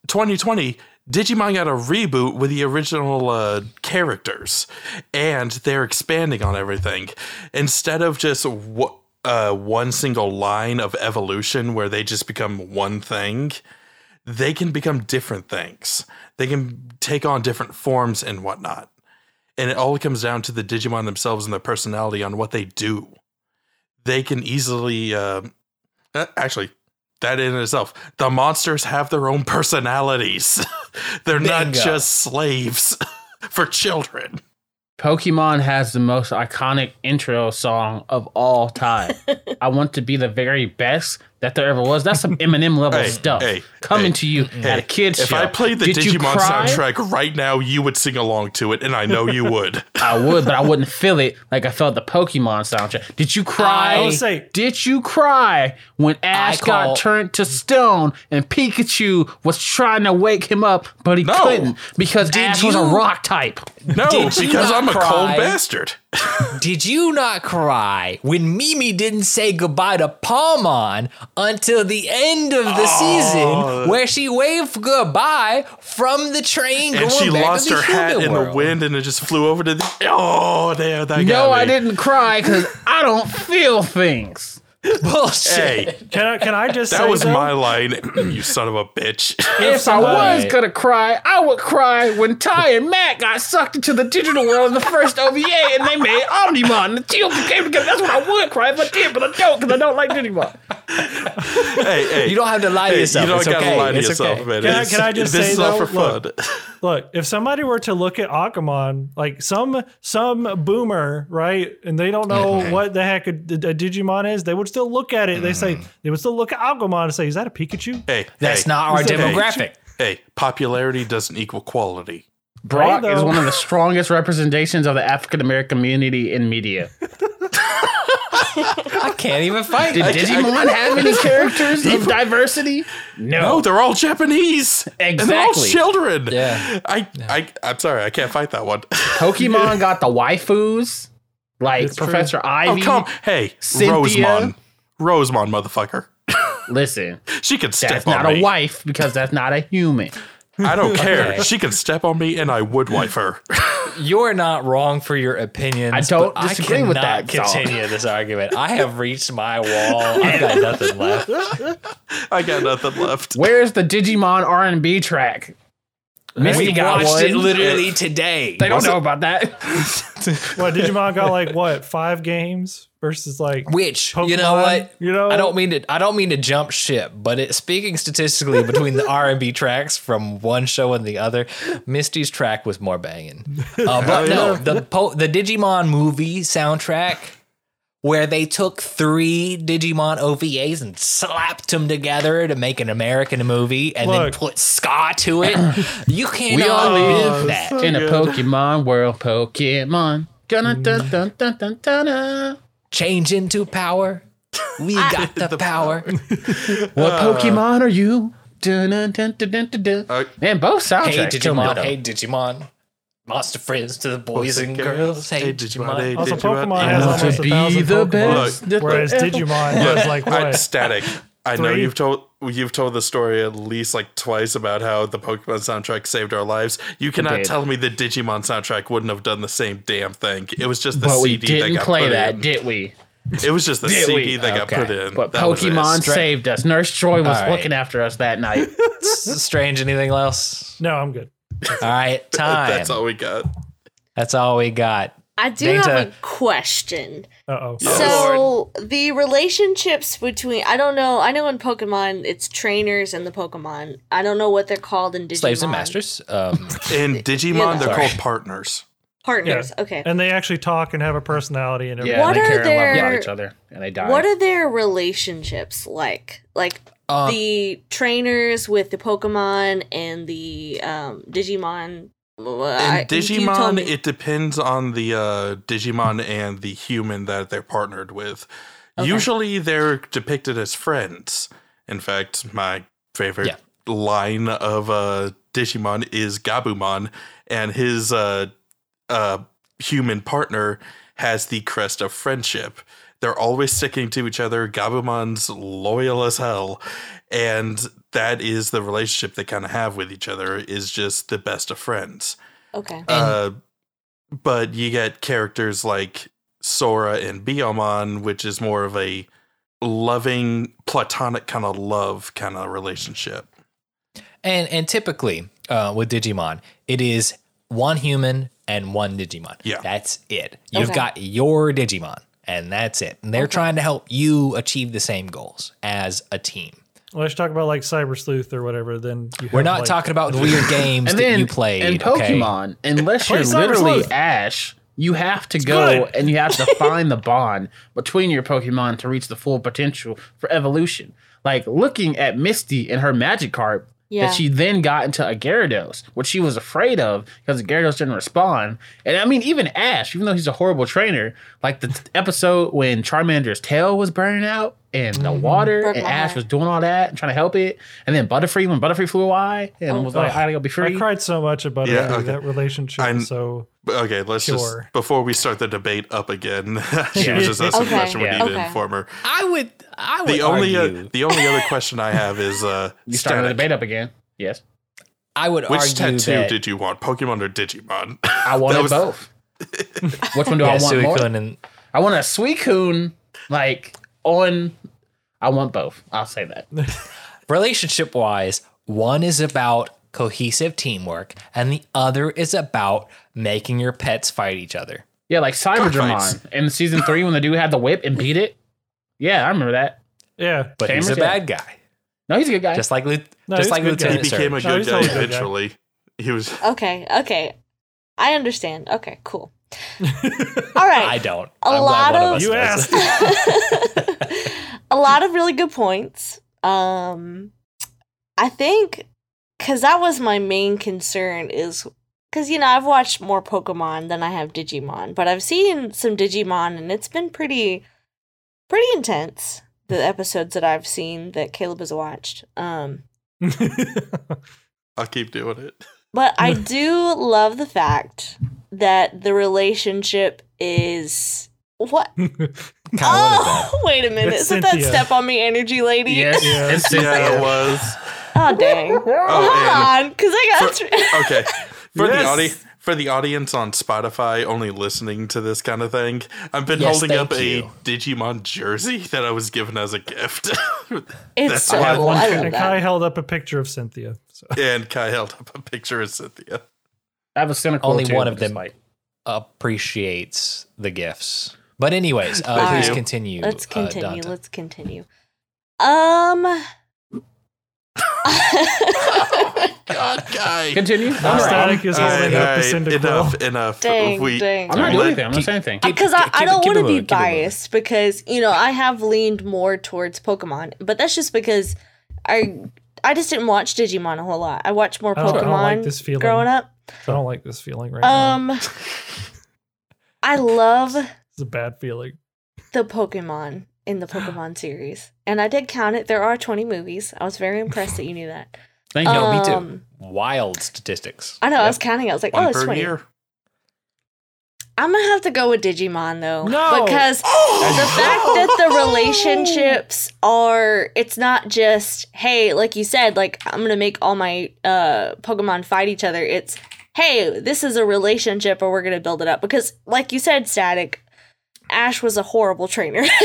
S6: 2020, Digimon got a reboot with the original uh, characters, and they're expanding on everything. Instead of just w- uh, one single line of evolution where they just become one thing, they can become different things. They can take on different forms and whatnot. And it all comes down to the Digimon themselves and their personality on what they do. They can easily, uh, uh, actually, that in itself, the monsters have their own personalities. *laughs* They're not
S2: Bingo.
S6: just slaves *laughs* for children. *laughs*
S4: Pokemon has the most iconic intro song of all *laughs* time. I want to be the very best that there ever was. That's some Eminem level
S6: Hey,
S4: stuff
S6: hey,
S4: coming
S6: hey,
S4: to you at a kid's
S6: If
S4: show.
S6: I played the
S4: Did you
S6: Digimon
S4: cry?
S6: soundtrack right now, you would sing along to it, and I know
S2: *laughs*
S6: you would.
S2: Uh,
S4: I would, but I wouldn't feel it like I felt the Pokemon soundtrack. Did you cry?
S2: I
S3: will say-
S4: Did you cry when Ash
S2: call-
S4: got turned to stone and Pikachu was trying to wake him up, but he
S6: No.
S4: couldn't because Ash was a
S2: you-
S4: rock type?
S6: No,
S2: Did you
S6: because
S2: not
S6: I'm a cold
S2: cry?
S6: bastard.
S2: Did you not cry when Mimi didn't say goodbye to Palmon until the end of the
S6: Oh.
S2: season, where she waved goodbye from the train
S6: and
S2: going
S6: she
S2: back
S6: lost
S2: to the
S6: her hat
S2: human
S6: in
S2: world?
S6: the wind and it just flew over to the oh there that got
S4: No,
S6: me.
S4: I didn't cry because I don't feel things.
S2: Bullshit.
S6: hey
S3: *laughs* Can I, can I just
S6: that
S3: say
S6: was
S3: though,
S6: my line *clears throat* you son of a bitch
S4: If I was
S2: somebody-
S4: gonna cry, I would cry when Ty and Matt got sucked into the digital world in the first OVA and they made Omnimon and the two of them came together. That's when I would cry if I did, but I don't because I don't like Digimon.
S6: *laughs* hey hey
S2: You don't have to lie to
S6: hey,
S2: yourself.
S6: you don't
S2: it's
S6: gotta
S2: okay.
S6: lie to
S2: it's
S6: yourself
S2: okay.
S6: man
S3: Can I-
S6: It's-
S3: can I just
S6: this
S3: say,
S6: is all
S3: though,
S6: for
S3: look,
S6: fun
S3: Look, if somebody were to look at Akamon, like some some boomer, right, and they don't know
S4: Mm-hmm.
S3: what the heck a, a Digimon is, they would still look at it. They say
S4: Mm.
S3: they would still look at Akamon and say, "Is that a Pikachu?"
S6: hey
S2: That's
S6: hey,
S2: not our
S3: It's okay.
S2: demographic.
S6: hey popularity doesn't equal quality
S4: Brock
S3: Hey, though.
S4: is one of the strongest representations of the African American community in media.
S2: I can't even fight.
S4: Did Digimon have any characters *laughs* of diversity?
S6: no they're all Japanese and they're all
S4: Exactly.
S6: children
S2: Yeah.
S6: I I I'm sorry I can't fight that one
S4: Pokemon got the waifus, like
S3: It's true.
S4: Professor
S6: oh
S4: Ivy.
S6: come hey
S4: Cynthia.
S6: Rosemon Rosemon motherfucker
S4: Listen,
S6: she can step
S4: that's
S6: on
S4: not
S6: me.
S4: a wife because that's not a human.
S2: *laughs*
S6: I don't care.
S2: Okay.
S6: She can step on me and I would wife her.
S2: You're not wrong for your opinions.
S4: I don't
S2: but
S4: disagree with
S2: cannot
S4: that, Saul.
S2: Continue this argument. I have reached
S6: *laughs*
S2: my wall. I've got nothing left.
S6: I got nothing left.
S4: Where's the Digimon R and B track? Misty
S2: we
S4: got
S2: watched
S4: one.
S2: it literally today.
S4: they don't
S6: Was
S4: know
S6: it-
S4: about that.
S3: What Digimon got like what five games versus like
S2: Which
S3: Pokemon,
S2: you know what?
S3: you know?
S2: I don't mean to. I don't mean to jump ship, but it, speaking statistically between the *laughs* R and B tracks from one show and the other, Misty's track was more
S3: *laughs*
S2: banging. Uh, but no, the po- the Digimon movie soundtrack where they took three Digimon OVAs and slapped them together to make an American movie, and then
S3: Look.
S2: put ska to
S3: *coughs*
S2: it. You
S4: *laughs*
S2: can't
S4: We all
S2: live
S5: Oh,
S4: live
S2: that.
S4: in a Pokemon world, Pokemon. Dun, dun,
S5: Mm.
S4: dun, dun, dun, dun, dun.
S2: Change into power.
S3: *laughs*
S2: We got the, power.
S4: What Pokemon are you? Dun, dun, dun, dun, dun, dun, dun.
S6: Uh,
S4: Man, both
S2: Hey
S4: soundtracks kill me,
S2: Digimon,
S4: though.
S2: hey Digimon. Monster friends to the boys and
S6: girls.
S2: girls. Hey,
S6: Hey, Digimon,
S2: Digimon.
S6: hey,
S3: Also,
S6: Digimon
S3: Pokemon
S6: and
S3: has
S4: I want
S3: almost
S4: to
S3: a
S4: be
S3: thousand
S4: the
S3: Pokemon,
S4: best.
S2: *laughs*
S3: whereas Digimon has like
S6: I,
S3: what?
S6: static. I know
S3: Three.
S6: you've told you've told the story at least like twice about how the Pokemon soundtrack saved our lives. You cannot
S4: did.
S6: tell me the Digimon soundtrack wouldn't have done the same damn thing. It was just the
S4: But we
S6: CD that
S4: didn't
S6: got
S4: play
S6: put
S4: that,
S6: in.
S4: did we?
S6: It was just the
S4: did
S6: CD
S4: we?
S6: that
S2: Okay.
S6: got put in.
S4: But
S6: That was it.
S4: Pokemon saved us. Nurse Troy was
S2: All right.
S4: looking after us that
S5: *laughs*
S4: night.
S2: S- Strange. Anything else?
S3: No, I'm good.
S2: All right, time.
S6: *laughs* That's all we got.
S2: we got.
S5: I do have
S2: Data.
S5: a question.
S3: Uh oh.
S5: So the relationships between I don't know I know in Pokemon it's trainers and the Pokemon I don't know what they're called in Digimon
S2: Slaves and masters. Um,
S6: In Digimon,
S5: know.
S6: they're
S2: Sorry.
S6: called partners.
S5: partners okay
S3: And they actually talk and have a personality and everything.
S4: Yeah,
S5: What
S4: they
S5: are
S4: care and love
S5: their-
S4: about each other, and they die.
S5: what are their relationships like like
S2: uh,
S5: the trainers with the Pokemon and the um, Digimon I-
S6: In
S5: you- you told
S6: Digimon,
S5: me.
S6: it depends on the uh, Digimon and the human that they're partnered with.
S4: Okay.
S6: Usually, they're depicted as friends. In fact, my favorite
S2: Yeah.
S6: line of uh, Digimon is Gabumon, and his uh, uh, human partner has the crest of friendship. They're always sticking to each other. Gabumon's loyal as hell. And that is the relationship they kind of have with each other, is just the best of friends.
S5: okay.
S6: Uh, but you get characters like Sora and Bioman, which is more of a loving, platonic kind of love kind of relationship.
S2: And and typically uh, with Digimon, it is one human and one Digimon.
S6: Yeah.
S2: that's it. You've
S5: Okay.
S2: got your Digimon, and that's it. And they're trying to help you achieve the same goals as a team.
S3: Let's talk about like Cyber Sleuth or whatever. Then you
S2: We're
S3: have,
S2: not
S3: like-
S2: talking about the
S6: *laughs*
S2: weird games
S4: and
S2: that
S4: then
S2: you played.
S4: and
S2: okay? *laughs*
S4: Pokemon, unless you're
S3: Play Cyber
S4: literally
S3: Sleuth.
S4: Ash, you have to go
S3: good.
S4: and you have to
S2: *laughs*
S4: find the bond between your Pokemon to reach the full potential for evolution. Like looking at Misty and her Magikarp
S5: Yeah.
S4: that she then got into a Gyarados, which she was afraid of because the Gyarados didn't respond. And I mean, even Ash, even though he's a horrible trainer, like the t- episode when Charmander's tail was burning out and the water,
S5: Mm-hmm. Broke
S4: and
S5: my
S4: Ash
S5: heart.
S4: was doing all that and trying to help it. And then Butterfree, when Butterfree flew away and
S2: Oh,
S4: was like, I gotta go be free.
S3: I cried so much about
S6: Yeah,
S3: it,
S6: okay.
S3: that relationship.
S6: I'm-
S3: is so
S6: But Okay, let's
S3: Sure.
S6: just before we start the debate up again. *laughs* she
S4: Yeah.
S6: was just asking
S5: Okay.
S6: a question we
S4: Yeah.
S6: need to
S5: Okay.
S6: inform her.
S2: I would. I would
S6: The only
S2: argue.
S6: uh, the only other question I have is uh,
S4: You started the
S6: static.
S4: debate up again. Yes.
S2: I would
S6: Which
S2: argue
S6: tattoo
S2: that
S6: did you want, Pokemon or Digimon? *laughs*
S4: I wanted
S6: That was- *laughs*
S4: both. Which one do
S2: yeah,
S4: I want more?
S2: Suicune and
S4: I want a Suicune, like on. I want both. I'll say that.
S2: relationship wise, one is about cohesive teamwork, and the other is about making your pets fight each other.
S4: Yeah, like Cyberdramon
S6: Cockfights.
S4: in season three when the dude had the whip and beat it. Yeah, I remember that.
S3: yeah.
S2: *laughs* But he's a
S4: Tamer's
S2: bad guy,
S4: No, he's a good guy.
S2: just like Lu-
S3: No, he's
S2: just
S3: a
S2: like
S3: good guy.
S6: he
S2: Lieutenant
S6: became a
S2: Surge.
S3: No,
S6: good
S3: he's
S6: guy
S3: totally a good guy.
S6: eventually. He was
S5: Okay. Okay. I understand. Okay. Cool. All right.
S2: I don't.
S5: A
S2: I'm glad
S5: lot
S2: one
S5: of-
S2: us
S3: You
S2: does.
S3: asked.
S5: a lot of really good points. Um, I think because that was my main concern is because you know I've watched more Pokemon than I have Digimon, but I've seen some Digimon and it's been pretty, pretty intense. The episodes that I've seen that Caleb has watched. Um,
S6: I'll keep doing it.
S5: but I do love the fact that the relationship is what?
S2: Kinda wanted that.
S5: Oh, *laughs* wait a minute!
S3: That's
S5: Is that
S3: Cynthia.
S5: step on me, energy lady?
S2: *laughs*
S4: yes,
S3: Yeah.
S4: it's just-
S6: Yeah, it was.
S5: *laughs* Oh dang!
S6: Oh,
S5: Hold on, because I got.
S6: For-
S2: uh,
S6: okay. For
S3: Yes.
S6: the audience for the audience on Spotify only listening to this kind of thing, I've been
S2: Yes,
S6: holding
S2: thank
S6: up
S2: you.
S6: a Digimon jersey that I was given as a gift.
S5: *laughs*
S6: *laughs*
S5: it's
S6: that's
S5: so
S6: why I
S5: cool.
S4: want
S5: I
S4: to-
S5: love
S3: and Kai
S5: that.
S3: held up a picture of Cynthia. So.
S6: and Kai held up a picture of Cynthia.
S4: I have a cynical.
S2: Only
S4: too,
S2: one of
S4: but it's
S2: them.
S4: Like,
S2: Appreciates the gifts. But anyways, uh,
S5: All
S2: please
S6: right.
S2: continue.
S5: Let's
S2: uh,
S5: continue.
S2: Dante.
S5: let's continue. Um.
S6: God, Kai.
S4: Continue.
S3: Now
S4: All right.
S3: Static is
S6: All right,
S3: holding up the
S6: all right,
S3: Cyndaquil.
S6: enough, enough.
S5: Dang, dang.
S4: I'm not doing
S6: let-
S4: anything. I'm not saying anything.
S2: Keep-
S5: because I,
S2: keep
S5: I
S2: it-
S5: don't
S2: keep it
S5: want to be
S2: moving, keep it moving.
S5: biased because you know I have leaned more towards Pokemon, but that's just because I I just didn't watch Digimon a whole lot. I watched more
S3: I don't- I
S5: Pokemon
S3: don't like this feeling.
S5: growing up.
S3: I don't like this feeling right now.
S5: Um, *laughs* I love
S3: It's a bad feeling.
S5: the Pokemon in the Pokemon series, and I did count it. There are twenty movies. I was very impressed that you knew that.
S4: Thank you.
S2: No, me too.
S5: Um,
S2: Wild statistics.
S5: I know. I was counting. I was like,
S6: One
S5: oh, it's
S6: per
S5: twenty.
S6: year.
S5: I'm gonna have to go with Digimon though,
S3: No.
S5: because the fact
S6: Oh!
S5: that the relationships are it's not just hey like you said like i'm gonna make all my uh pokemon fight each other it's hey this is a relationship or we're gonna build it up because like you said static ash was a horrible trainer *laughs*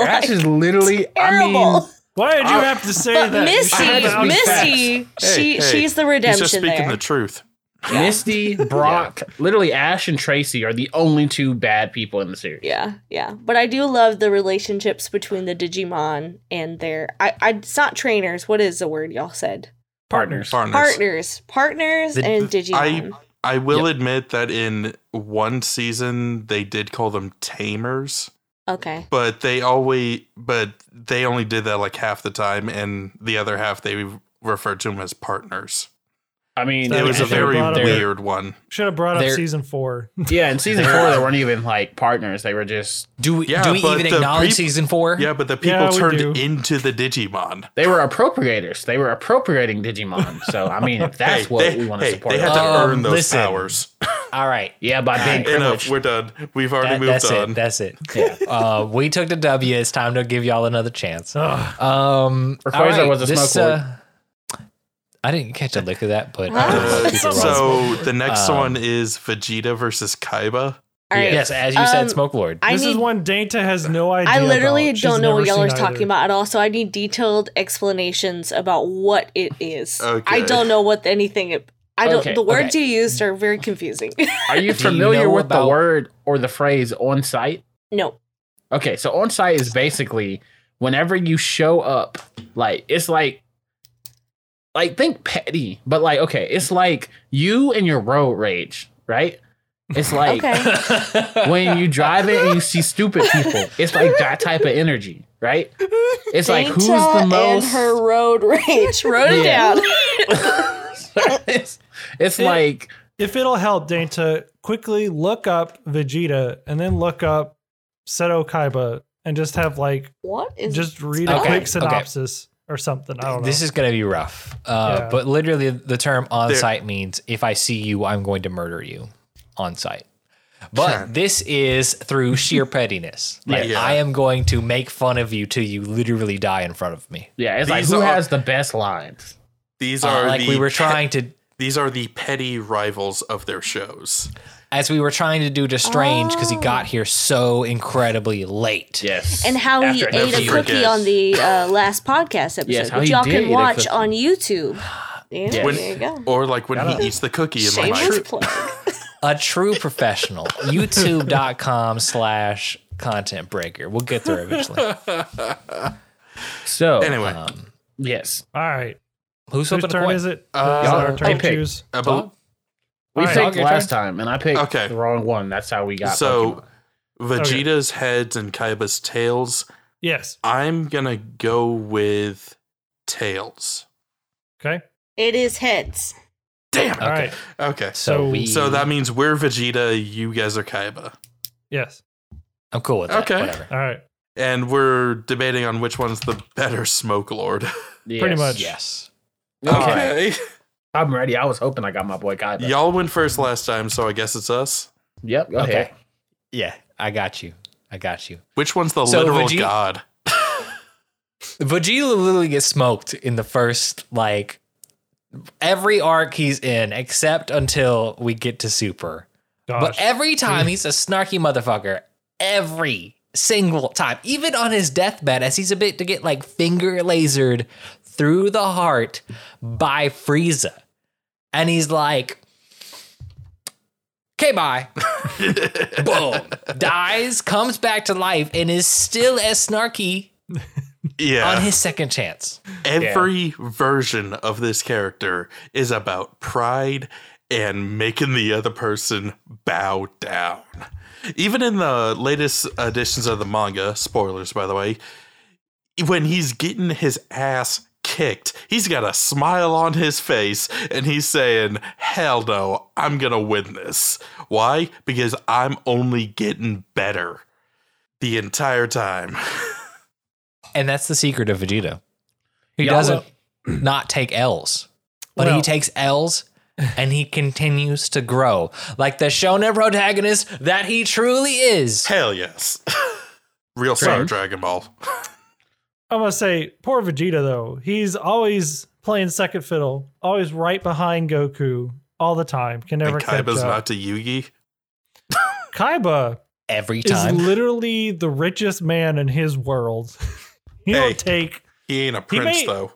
S4: Ash
S5: Like,
S4: is literally. I mean,
S5: terrible
S3: Why did you
S5: Uh,
S3: have to say
S5: but
S3: that? You
S5: misty
S3: should have
S4: Miss-
S3: outed-
S5: misty
S6: Hey,
S5: she
S6: hey,
S5: she's the
S6: He's just
S5: redemption
S6: speaking
S5: there
S6: the truth.
S4: *laughs* Misty, Brock, literally Ash and Tracy are the only two bad people in the series.
S5: Yeah, yeah. But I do love the relationships between the Digimon and their I, I it's not trainers. What is the word y'all said?
S4: Partners.
S6: Partners.
S5: Partners. Partners
S2: The-
S5: and Digimon.
S6: I will admit that in one season they did call them tamers.
S5: okay.
S6: but they always but they only did that like half the time and the other half they referred to them as partners
S4: I mean,
S6: It
S3: That
S6: was a
S3: They
S6: very
S3: brought up-
S6: weird one.
S3: Should have brought up
S2: There-
S3: season four.
S4: yeah. In season four, they weren't even like partners. They were just
S2: Do we,
S6: Yeah,
S2: do we
S6: but
S2: even
S6: the
S2: acknowledge
S6: pre-
S2: season four?
S6: Yeah, but the people
S3: Yeah, we
S6: turned
S3: do.
S6: into the Digimon.
S4: they were appropriators. They were appropriating Digimon. So I mean, if that's
S6: hey,
S4: what
S6: they,
S4: we want to
S6: hey,
S4: support,
S6: They had
S4: uh,
S6: to
S2: Um,
S6: earn those
S2: listen.
S6: powers.
S2: All right.
S4: yeah, by being
S6: Enough.
S4: privileged.
S6: We're done. We've already
S2: That-
S6: moved
S2: that's
S6: on.
S2: it. That's it. Yeah. uh, we took the W. It's time to give y'all another chance.
S3: Ugh.
S2: Um,
S4: Or
S2: all
S4: Quasar was a smoke lord.
S2: uh, I didn't catch a lick of that, but
S5: Huh?
S6: *laughs* Uh,
S5: People
S6: so the next
S2: Um,
S6: one is Vegeta versus Kaiba.
S5: All right.
S2: yes, as you
S5: Um,
S2: said, Smoke Lord.
S3: *laughs*
S5: I
S3: this
S5: need,
S3: is one Dainta has no idea.
S5: I literally
S3: about. She's
S5: don't know what
S3: never
S5: y'all
S3: seen
S5: are
S3: either.
S5: talking about at all, so I need detailed explanations about what it is. I
S6: Okay.
S5: don't know what anything. It, I don't.
S4: Okay,
S5: the words
S2: okay.
S5: you used are very confusing. *laughs*
S4: Are you
S2: Do you
S4: familiar
S2: know
S4: with the
S2: about-
S4: word or the phrase on site?
S5: no.
S4: Okay, so on site is basically whenever you show up, like it's like like think petty, but like okay, it's like you and your road rage, right?
S5: *laughs*
S4: It's like
S5: Okay.
S4: when you drive it and you see stupid people. It's like that type of energy, right? It's like who's
S5: Data
S4: the most
S5: And her *laughs* road rage. Wrote it
S4: Yeah.
S5: down.
S4: *laughs* it's, it's like
S3: If it'll help, Dainta, quickly look up Vegeta and then look up Seto Kaiba and just have like
S5: What is?
S3: just read a
S2: Okay,
S3: quick
S2: okay.
S3: synopsis or something. I don't know.
S2: This is gonna be rough. Uh,
S3: Yeah.
S2: But literally, the term on
S6: There-
S2: site means if I see you, I'm going to murder you on site. But
S6: Sure.
S2: this is through sheer
S6: *laughs*
S2: pettiness. Like,
S6: Yeah.
S2: I am going to make fun of you till you literally die in front of me.
S4: yeah, it's like
S6: These
S4: who
S6: are-
S4: has the best lines.
S6: These
S2: Uh,
S6: are
S2: like
S6: the
S2: we were
S6: pe-
S2: trying to,
S6: These are the petty rivals of their shows.
S2: as we were trying to do to Strange because
S3: Oh.
S2: he got here so incredibly late.
S4: Yes.
S5: and how he
S4: After
S5: ate
S4: every-
S5: a
S6: you
S5: cookie
S6: guess.
S5: on the uh, last podcast episode,
S4: Yes, how
S5: which
S4: he
S5: y'all
S4: did
S5: can
S4: eat a
S5: watch
S4: cookie. *sighs*
S5: on YouTube. Yeah,
S4: Yes.
S6: When-
S5: there you go.
S6: Or like when he eats the cookie in like
S5: Shameless plug.
S2: A true professional. *laughs* YouTube.com slash content breaker. We'll get there
S3: *laughs*
S2: eventually. um,
S4: so
S6: Anyway,
S4: yes.
S3: All right.
S2: Who's
S3: Whose
S2: flipping a
S3: turn
S2: coin?
S3: is it?
S6: Uh,
S3: Is it our
S4: I
S3: turn to
S4: picked.
S3: choose?
S6: I bel-
S2: Dog?
S4: We
S3: All right.
S4: picked
S2: Dog, your
S4: last
S2: turn?
S4: time, and I picked
S6: Okay.
S4: the wrong one. That's how we got.
S6: so
S3: Okay.
S6: Vegeta's heads and Kaiba's tails.
S3: Yes.
S6: I'm gonna go with tails.
S3: Okay.
S5: It is heads.
S6: Damn.
S3: All
S2: Okay.
S3: right.
S6: Okay.
S2: So,
S3: So-
S2: we.
S6: So that means we're Vegeta, you guys are Kaiba,
S3: Yes.
S2: I'm cool with that.
S6: Okay.
S2: Whatever.
S3: All right.
S6: and we're debating on which one's the better Smoke Lord.
S4: Pokemon.
S3: pretty
S4: Yes.
S3: much.
S2: Yes.
S4: Okay. I'm ready. I was hoping I got my boy Kaiba. Yep.
S6: *laughs* Y'all went first last time, so I guess it's us.
S4: Yep. Go
S2: Okay.
S4: ahead.
S2: Yeah. I got you. I got you.
S6: Which one's the
S2: So
S6: literal
S2: Vegeta-
S6: god?
S2: Vegeta literally gets smoked in the first, like, every arc he's in, except until we get to Super.
S3: Gosh.
S2: But every time he's a snarky motherfucker, every single time, even on his deathbed, as he's a bit to get like finger lasered through the heart by Frieza. And he's like, okay, bye. Boom. Dies, comes back to life, and is still as snarky on
S6: Yeah.
S2: his second chance.
S6: Every version of this character is about pride and making the other person bow down. Even in the latest editions of the manga, spoilers by the way, when he's getting his ass kicked, he's got a smile on his face and he's saying, Hell no, I'm gonna win this. Why? Because I'm only getting better the entire time.
S2: And that's the secret of Vegeta. He
S4: Y'all
S2: doesn't *clears throat* not take L's, but
S3: Well-
S2: he takes L's and he continues to grow like the shonen protagonist that he truly is.
S6: Hell yes. *laughs* Real Star
S4: Strange.
S6: Dragon Ball.
S3: I'm gonna say, poor Vegeta though. He's always playing second fiddle, always right behind Goku all the time. Can never
S6: and
S3: catch
S6: Kaiba's
S3: up.
S6: not to Yugi.
S3: Kaiba
S2: Every
S3: is
S2: time.
S3: literally the richest man in his world. *laughs* he
S6: Hey.
S3: don't take
S6: He ain't a
S3: He
S6: prince
S3: may-
S6: though.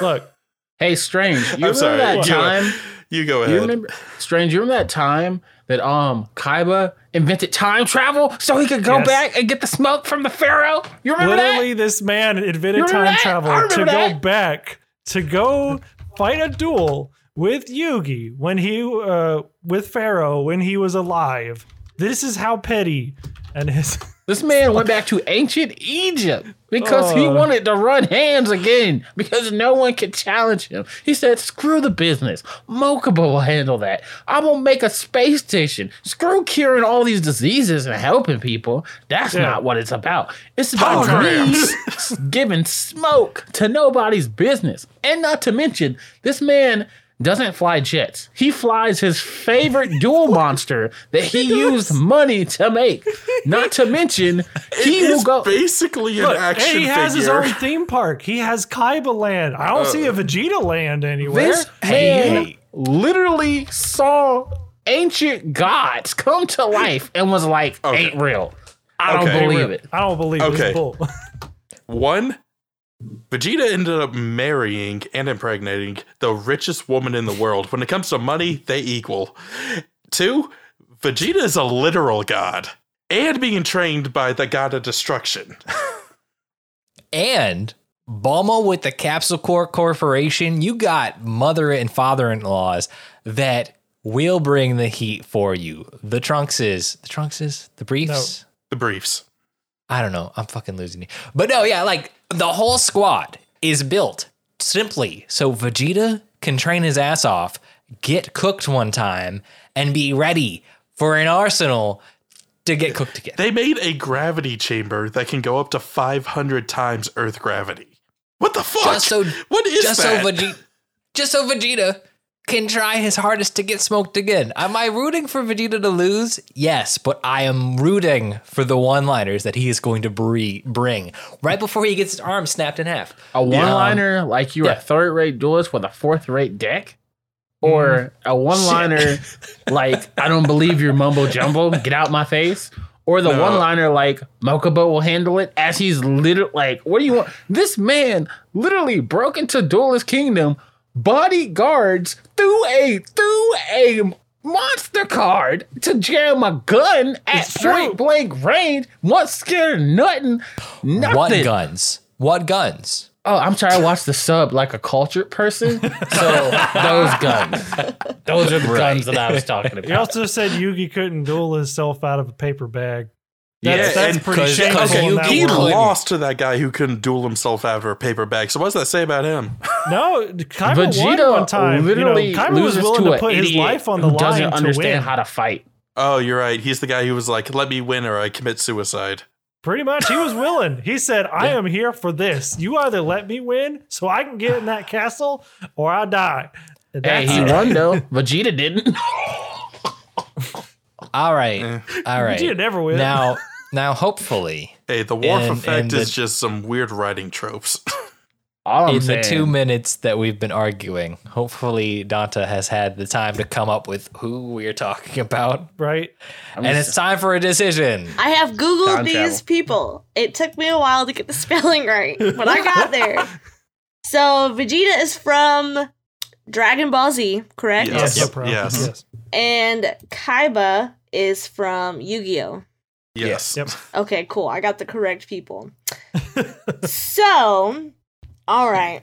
S3: look.
S4: Hey, Strange. You remember
S6: sorry,
S4: that
S6: what?
S4: time?
S6: You go
S4: You
S6: ahead.
S4: remember Strange? You remember that time that um Kaiba invented time travel so he could go
S3: Yes.
S4: back and get the smoke from the Pharaoh? You remember
S3: Literally, this man invented
S4: You remember
S3: time
S4: that? I
S3: travel
S4: remember
S3: to go
S4: that.
S3: back to go fight a duel with Yugi when he uh, with Pharaoh when he was alive. This is how petty and his *laughs*
S4: that? This man went back to ancient Egypt because he
S3: Oh.
S4: wanted to run hands again because no one could challenge him. He said, "Screw the business. Mokuba will handle that. I will make a space station. Screw curing all these diseases and helping people. That's
S3: Yeah.
S4: not what it's about. It's about
S6: Holograms.
S4: me *laughs* giving smoke to nobody's business. And not to mention, this man." Doesn't fly jets. He flies his favorite
S6: *laughs*
S4: duel monster that he used money to make. Not to
S6: *laughs*
S4: mention, he
S6: It
S4: will
S6: is
S4: go.
S6: basically an
S3: Look, and
S6: action
S3: he has his
S6: figure. Oh.
S3: own theme park. He has Kaiba Land. I don't see a Vegeta Land anywhere.
S4: This man literally saw ancient gods come to life and was like,
S6: Okay.
S4: ain't real. I
S6: Okay.
S4: don't believe it.
S3: I don't believe
S6: Okay.
S4: *laughs*
S3: this bull.
S6: One, Vegeta ended up marrying and impregnating the richest woman in the world. When it comes to money, they equal. Two, Vegeta is a literal god and being trained by the god of destruction. *laughs*
S2: And Bulma with the Capsule Core Corporation, you got mother and father in laws that will bring the heat for you. The Trunkses, the Trunkses, the Briefs.
S6: The briefs.
S2: I don't know. I'm fucking losing it. But no, yeah, like the whole squad is built simply so Vegeta can train his ass off, get cooked one time, and be ready for an arsenal to get cooked again.
S6: They made a gravity chamber that can go up to 500 times Earth gravity. What the fuck?
S2: Just so-
S6: what is
S2: just
S6: that?
S2: so Vegeta, just so Vegeta can try his hardest to get smoked again. Am I rooting for Vegeta to lose? Yes, but I am rooting for the one-liners that he is going to bre- bring right before he gets his arm snapped in half.
S4: A one liner like you're
S2: yeah.
S4: a third rate duelist with a fourth rate deck? Or a one liner *laughs* like, I don't believe your mumbo jumbo, get out my face? Or the
S6: No.
S4: one liner like, Mokuba will handle it as he's literally like, what do you want? This man literally broke into Duelist Kingdom, bodyguards through a, through a monster card to jam a gun at
S3: It's true.
S4: point blank range, What scared nothing, nothing.
S2: What guns? What guns?
S4: Oh, I'm sorry. I watched the sub like a cultured person. So those guns, those are the guns that I was talking
S3: He
S4: about.
S3: also said Yugi couldn't duel himself out of a paper bag.
S6: Yeah,
S3: That's, that's
S6: and
S3: pretty
S2: 'cause-
S3: shameful.
S2: 'cause
S3: in
S2: Yugi
S3: that
S6: he
S3: world.
S2: couldn't.
S6: lost to that guy who couldn't duel himself out of a paper bag. So what does that say about him?
S3: No, Kaiba
S4: Vegeta
S3: won one time.
S4: literally
S3: you know, Kaiba was
S4: loses
S3: willing
S4: to,
S3: to,
S4: an
S3: put
S4: idiot
S3: his life on the
S4: who
S3: line
S4: doesn't
S3: to
S4: understand
S3: win.
S4: how to fight.
S6: Oh, you're right. He's the guy who was like, "Let me win, or I commit suicide."
S3: Pretty much, he was willing. He said, "I am here for this. You either let me win, so I can get in that castle, or I die." And
S4: Hey,
S3: that's
S4: he
S3: it.
S4: won though. Vegeta didn't.
S2: All
S6: Eh.
S2: right, all right.
S3: Vegeta never win.
S6: *laughs*
S2: Now, now, hopefully,
S6: Hey, the wharf
S2: And-
S6: effect
S2: and
S6: is
S2: the-
S6: just some weird writing tropes. *laughs*
S4: All I'm
S2: in
S4: saying.
S2: the two minutes that we've been arguing, hopefully Danta has had the time to come up with who we're talking about,
S3: right?
S4: I'm
S2: and
S4: just-
S2: it's time for a decision.
S5: I have Googled
S4: Time
S5: these
S4: travel.
S5: people. It took me a while to get the spelling right, but I
S4: *laughs*
S5: got there. So Vegeta is from Dragon Ball Z, correct?
S6: Yes.
S3: no problem.
S6: Yes.
S5: And Kaiba is from Yu Gi Oh!
S6: yes.
S3: Yep.
S5: Okay, cool. I got the
S3: *laughs*
S5: correct people. so, all right.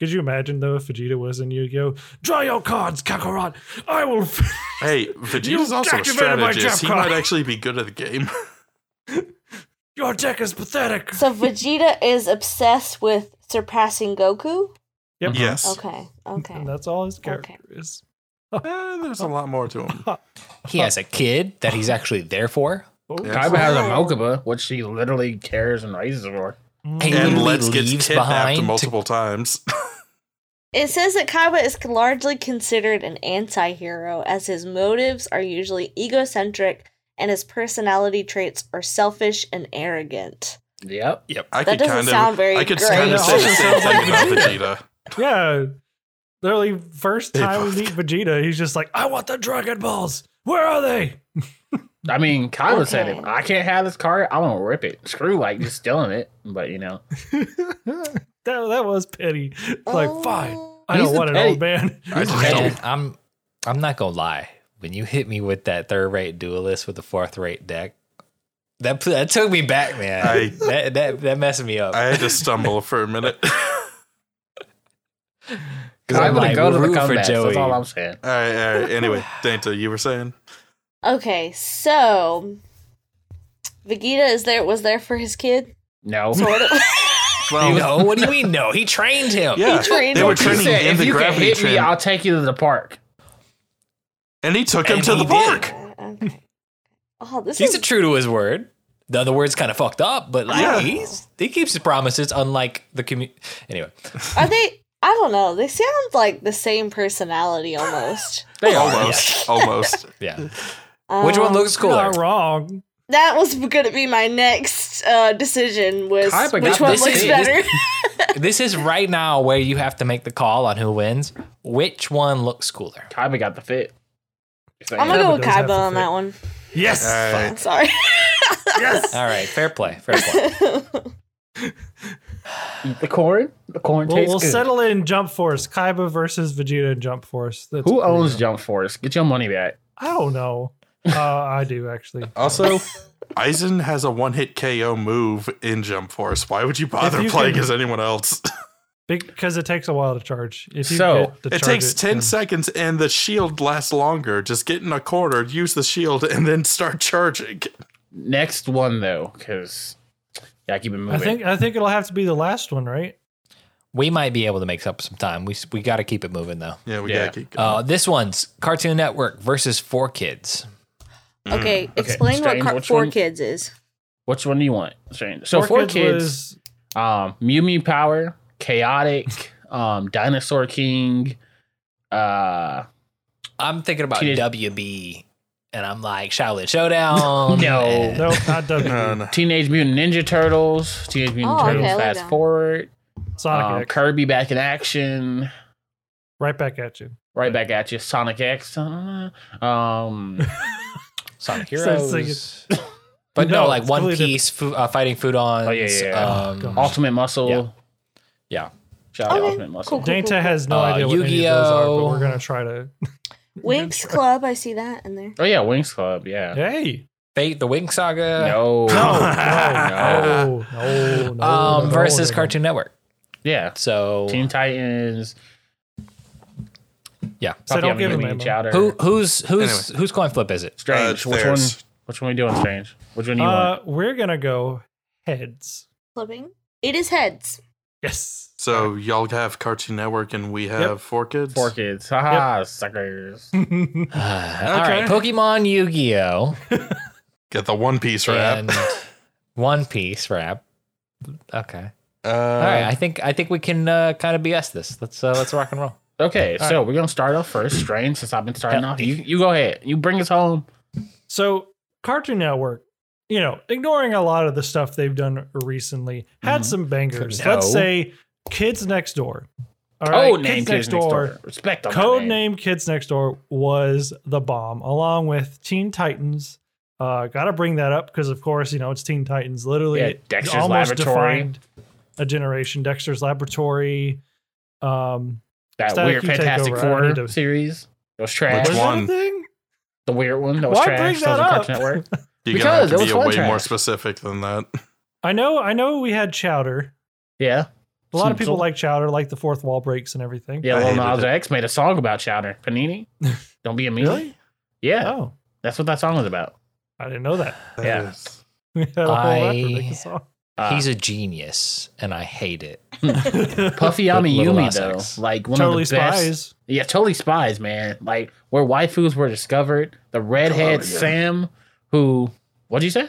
S3: Could you imagine though if Vegeta was in Yu-Gi-Oh? Draw your cards, Kakarot. I will. *laughs* F-
S6: *laughs* Hey, Vegeta's
S3: You
S6: also a
S3: activated my
S6: strategist. He
S3: jump card.
S6: might actually be good at the game.
S3: your deck is pathetic.
S5: So Vegeta is obsessed with surpassing Goku.
S3: Yep.
S6: *laughs* yes.
S5: Okay, okay.
S3: And that's all his character is.
S6: Eh, there's a lot more to him.
S2: He has a kid that he's actually there for.
S3: Oh,
S6: Yeah.
S4: Kaiba *laughs* has a Mokuba, which she literally cares and raises for.
S3: mm.
S2: Hey,
S6: And
S2: literally
S6: Let's gets
S2: leaves
S6: kidnapped
S2: behind to-
S6: multiple times. *laughs*
S5: It says that Kaiba is largely considered an anti hero, as his motives are usually egocentric and his personality traits are selfish and arrogant.
S4: Yep.
S6: I
S5: That
S6: could
S5: doesn't
S6: kind
S5: sound
S6: of,
S5: very
S6: I could
S5: great.
S6: kind
S3: It
S6: of say the
S3: also
S6: same
S3: sounds
S6: thing about
S3: like
S6: Vegeta.
S3: Yeah. Literally, first
S6: They
S3: time we
S6: both-
S3: meet Vegeta, he's just like, I want the Dragon Balls. Where
S4: *laughs*
S3: are they?
S4: I mean, Kaiba said,
S5: Okay.
S4: if I can't have this card, I'm gonna rip it. Screw like just stealing it. But you know,
S3: that, that was petty. It's Like, fine.
S5: Oh.
S4: Oh.
S3: I
S4: He's
S3: don't
S4: the
S3: want an
S4: petty-
S3: old man.
S4: *laughs*
S6: I just
S2: Man,
S6: don't-
S2: I'm I'm not gonna lie. When you hit me with that third rate duelist with the fourth rate deck, that put- that took me back, man.
S6: I-
S2: that, that that messed me up.
S6: I
S2: *laughs*
S6: had to stumble for a minute. *laughs*
S4: Kaiba to go to the
S2: root for
S4: combat. That's
S2: Joey.
S4: all I'm saying.
S6: all right, all right. Anyway, Danta, you were saying?
S5: Okay, so Vegeta is there was there for his kid.
S4: No.
S5: Sort of.
S4: Oh.
S6: Well,
S2: no, what do you mean? No, he trained him.
S6: yeah,
S5: trained
S6: they
S5: him.
S6: were
S4: He
S6: training
S4: said,
S6: in
S4: if
S6: the
S4: you can
S6: gravity
S4: hit me,
S6: train,
S4: I'll take you to the park.
S6: and he took him
S2: And
S6: to
S2: he
S6: the
S2: did.
S6: park.
S5: Uh,
S3: *laughs*
S5: Okay. Oh, this
S2: He's
S5: is
S2: true to his word. The other word's kind of fucked up, but like
S6: Yeah.
S2: he's, he keeps his promises. Unlike the community. Anyway,
S5: Are they? I don't know. They sound like the same personality almost.
S4: They are.
S6: *laughs* Almost, almost.
S2: yeah. *gasps* Which one
S5: Um,
S2: looks cooler?
S3: Not wrong.
S5: That was going to be my next uh, decision. Was
S4: Kaiba got
S5: which one
S2: this
S5: looks
S2: hit.
S5: better?
S2: This is right now where you have to make the call on who wins. Which one looks cooler?
S4: Kaiba got the fit. Just saying.
S5: I'm gonna go
S3: Kaiba
S5: with
S3: does have
S5: Kaiba
S3: to
S5: on
S3: fit.
S5: that one.
S3: Yes.
S4: Uh,
S6: All right.
S5: *laughs*
S2: *laughs*
S5: I'm sorry.
S3: Yes.
S2: All right, fair play, fair play.
S4: *laughs* Eat the corn. The corn *laughs*
S3: We'll,
S4: tastes
S3: we'll
S4: good.
S3: settle in Jump Force. Kaiba versus Vegeta in Jump Force. That's
S4: Who
S3: pretty-
S4: owns Jump Force? Get your money back.
S3: I don't know. Uh, I do actually.
S6: Also, Aizen has a one-hit KO move in Jump Force. Why would you bother
S3: you
S6: playing
S3: can-
S6: as anyone else?
S3: Because it takes a while to charge. If you
S4: So,
S3: get to
S6: It
S3: charge
S6: takes
S3: it,
S6: 10
S3: then-
S6: seconds and the shield lasts longer. Just get in a corner, use the shield, and then start charging. *laughs*
S4: Next one though, because yeah, keep it moving.
S3: I think I think it'll have to be the last one, right?
S2: We might be able to make up some time. We s- we got to keep it moving though.
S6: Yeah, we
S4: Yeah.
S6: gotta keep going.
S2: Uh, this one's Cartoon Network versus Four Kids. Hmm.
S5: okay, explain
S4: Strange,
S5: what car-
S4: which
S5: four
S4: one?
S5: kids is.
S4: Which one do you want? Strange. So four kids.
S3: was-
S4: um, Mew Mew Power, Chaotic,
S3: *laughs*
S4: um, Dinosaur King, uh,
S2: I'm thinking about
S4: Teenage-
S2: WB, and I'm like Shaolin Showdown.
S4: No.
S2: and-
S3: *laughs* no, not W.
S6: *laughs* No, no.
S4: Teenage Mutant Ninja Turtles, Teenage Mutant
S5: Oh, okay,
S4: Turtles
S5: lay
S4: Fast
S5: down.
S4: Forward,
S3: Sonic
S4: um,
S3: X.
S4: Kirby Back in Action,
S3: right back at you.
S4: right back at you, Sonic X, uh, um,
S2: *laughs* Sonic
S3: Starts
S2: Heroes. *coughs* but no,
S3: No,
S2: like
S3: it's
S2: One
S3: completely
S2: Piece, fu- uh, fighting food on.
S4: Oh, yeah, yeah, yeah.
S2: Um,
S3: Oh,
S4: Ultimate Muscle.
S2: Yeah. Yeah.
S4: Shout out to
S5: Okay,
S4: Ultimate Muscle.
S5: cool.
S3: Dainta has no
S2: Uh,
S3: idea what any of those are, but
S2: Yu-Gi-Oh!
S3: we're gonna try to. *laughs*
S5: *laughs* Winx Club. I see that in there.
S4: Oh yeah, Wings Club. Yeah.
S6: *laughs*
S3: Hey,
S2: Fate, the Wing Saga.
S4: No.
S3: no, no, no, no,
S2: Um,
S3: no,
S2: versus
S3: no.
S2: Cartoon Network.
S4: Yeah.
S2: So
S4: Teen Titans.
S2: yeah,
S3: So
S4: Puppy
S3: don't
S4: on
S3: give him
S4: Movie,
S3: ammo.
S4: Chowder.
S2: who who's who's whose coin flip is it? *sighs*
S4: Strange.
S6: Uh,
S4: which one?
S6: theirs.
S4: Which one are we doing? Strange. Which one do you want?
S3: Uh, we're gonna go heads.
S5: Flipping. It is heads.
S3: Yes. *laughs*
S6: So y'all have Cartoon Network and we have four kids.
S4: Four kids. Haha, suckers.
S2: All right, Pokemon, Yu Gi Oh,
S6: Get the One Piece wrap.
S2: and *laughs* One Piece wrap. Okay.
S6: *laughs* Uh,
S2: All right, I think I think we can uh, kind of BS this. Let's uh, let's rock and roll.
S4: Okay, so we're gonna start off first. Strange, since I've been starting
S2: Hell,
S4: off. You you go ahead. You bring us home.
S3: So, Cartoon Network, you know, ignoring a lot of the stuff they've done recently, had
S4: Mhm.
S3: some bangers.
S2: No.
S3: Let's say Kids Next Door. All
S4: Code Oh, name Kids Next Door. Respect on that
S3: Code name Kids Next Door was the bomb, along with Teen Titans. Uh, Got to bring that up because, of course, you know, it's Teen Titans. Literally,
S4: Yeah,
S3: it
S4: Dexter's
S3: almost
S4: Laboratory.
S3: defined a generation. Dexter's Laboratory. Um,
S4: That
S3: Static
S4: weird
S3: Q
S4: Fantastic
S3: Takeover, I need
S4: Four
S3: to-
S4: series. It was
S6: Which
S4: trash.
S3: was that a
S6: one?
S3: thing?
S4: The weird one that was
S3: Why
S4: trash.
S3: bring
S4: That was on
S3: that up?
S4: Cartoon
S3: *laughs*
S4: Network.
S6: You're
S4: Because
S6: gonna have
S4: it
S6: to
S4: was
S6: be
S4: fun
S6: way more
S4: tracks.
S6: specific than that.
S3: I know, I know we had Chowder.
S4: Yeah,
S3: A lot of
S4: Seems
S3: people
S4: so.
S3: like chowder, like the fourth wall breaks and everything.
S4: yeah.
S6: I
S4: Lil
S6: hated
S4: Nas
S6: it.
S4: X made a song about chowder.
S3: *laughs*
S4: Panini. Don't be a meanie.
S3: Really?
S4: Yeah,
S3: Oh,
S4: that's what that song was about.
S3: I didn't know that. *laughs*
S6: That
S4: Yeah.
S6: is-
S3: We had a whole
S2: I-
S3: effort to make
S2: *laughs*
S3: a song.
S4: Uh,
S2: He's a genius, and I hate it.
S3: *laughs*
S4: Puffy
S2: Lil-
S4: Ami
S2: Lil
S4: Yumi
S2: Nas
S4: though,
S2: X.
S4: like one
S3: Totally
S4: of the best.
S3: spies.
S4: Yeah, totally spies, man. Like where waifus were discovered. The redhead
S6: Nickelodeon.
S4: Sam, who what'd you say?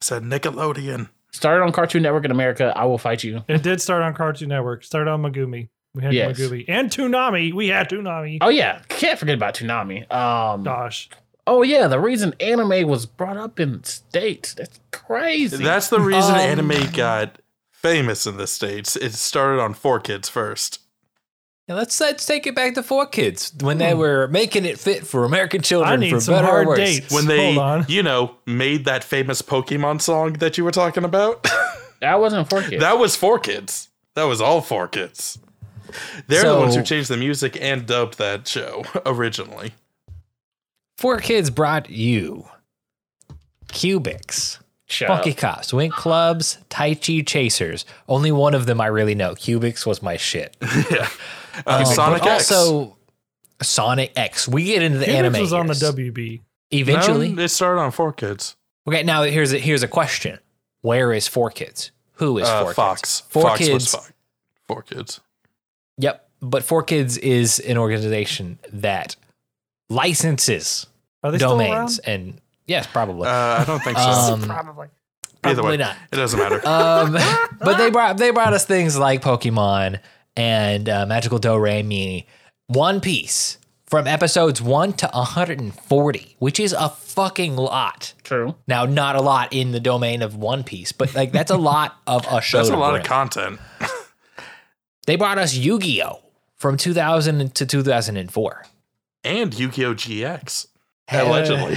S6: said Nickelodeon.
S4: Started on Cartoon Network in America. I will fight you.
S3: It did start on Cartoon Network. Started on Magumi. We had
S4: Yes.
S3: Magumi and Toonami. We had Toonami.
S4: Oh yeah, can't forget about Toonami. Um,
S3: Gosh,
S4: oh yeah, the reason anime was brought up in the states. That's crazy.
S6: That's the reason
S2: Um,
S6: anime got famous in the States. It started on four kids first.
S2: Now let's let's take it back to four kids when they were making it fit for American children
S3: Hmm. I need
S2: for
S3: some
S2: better or
S3: hard
S2: worse.
S3: dates.
S6: When they,
S3: hold on,
S6: you know, made that famous Pokemon song that you were talking about. *laughs*
S4: that wasn't for kids.
S6: That was four kids. That was all four kids. They're the
S2: So-
S6: ones who changed the music and dubbed that show *laughs* originally.
S2: Four kids brought you cubics,
S4: Shut
S2: funky
S4: up.
S2: cops, wink clubs, tai chi chasers. Only one of them I really know. Cubics was my
S6: *laughs*
S2: shit.
S6: yeah. Uh,
S2: Um,
S6: Sonic
S2: but
S6: X.
S2: also Sonic X. We get into the
S3: Cubics
S2: anime.
S3: was on the
S2: years.
S3: WB.
S2: Eventually,
S6: No, it started on four kids.
S2: Okay, now here's a, here's a question: Where is Four Kids? Who is
S6: Uh,
S2: four
S6: Fox.
S2: kids? Four
S6: Fox
S2: kids.
S6: was Fox. Four kids.
S2: Yep. But Four Kids is an organization that licenses
S3: Are they
S2: domains
S3: still
S2: and yes, probably.
S6: Uh, I don't think so.
S2: Um,
S3: around? Probably.
S6: Either
S2: probably
S6: way,
S2: not.
S6: it
S4: *laughs*
S6: doesn't matter.
S4: Oh,
S2: Um,
S3: *laughs*
S2: but they brought they brought us things like Pokemon and uh, Magical Doremi, One Piece from episodes one to 140, which is a fucking lot.
S4: True.
S2: Now, not a lot in the domain of One Piece, but like
S3: *laughs*
S2: that's a lot of a show.
S6: That's
S2: to
S6: a lot
S2: bring.
S6: of content.
S2: they brought us Yu Gi Oh from 2000 to 2004.
S6: And Yu Gi Oh! GX.
S2: Hell.
S4: *laughs*
S6: Allegedly.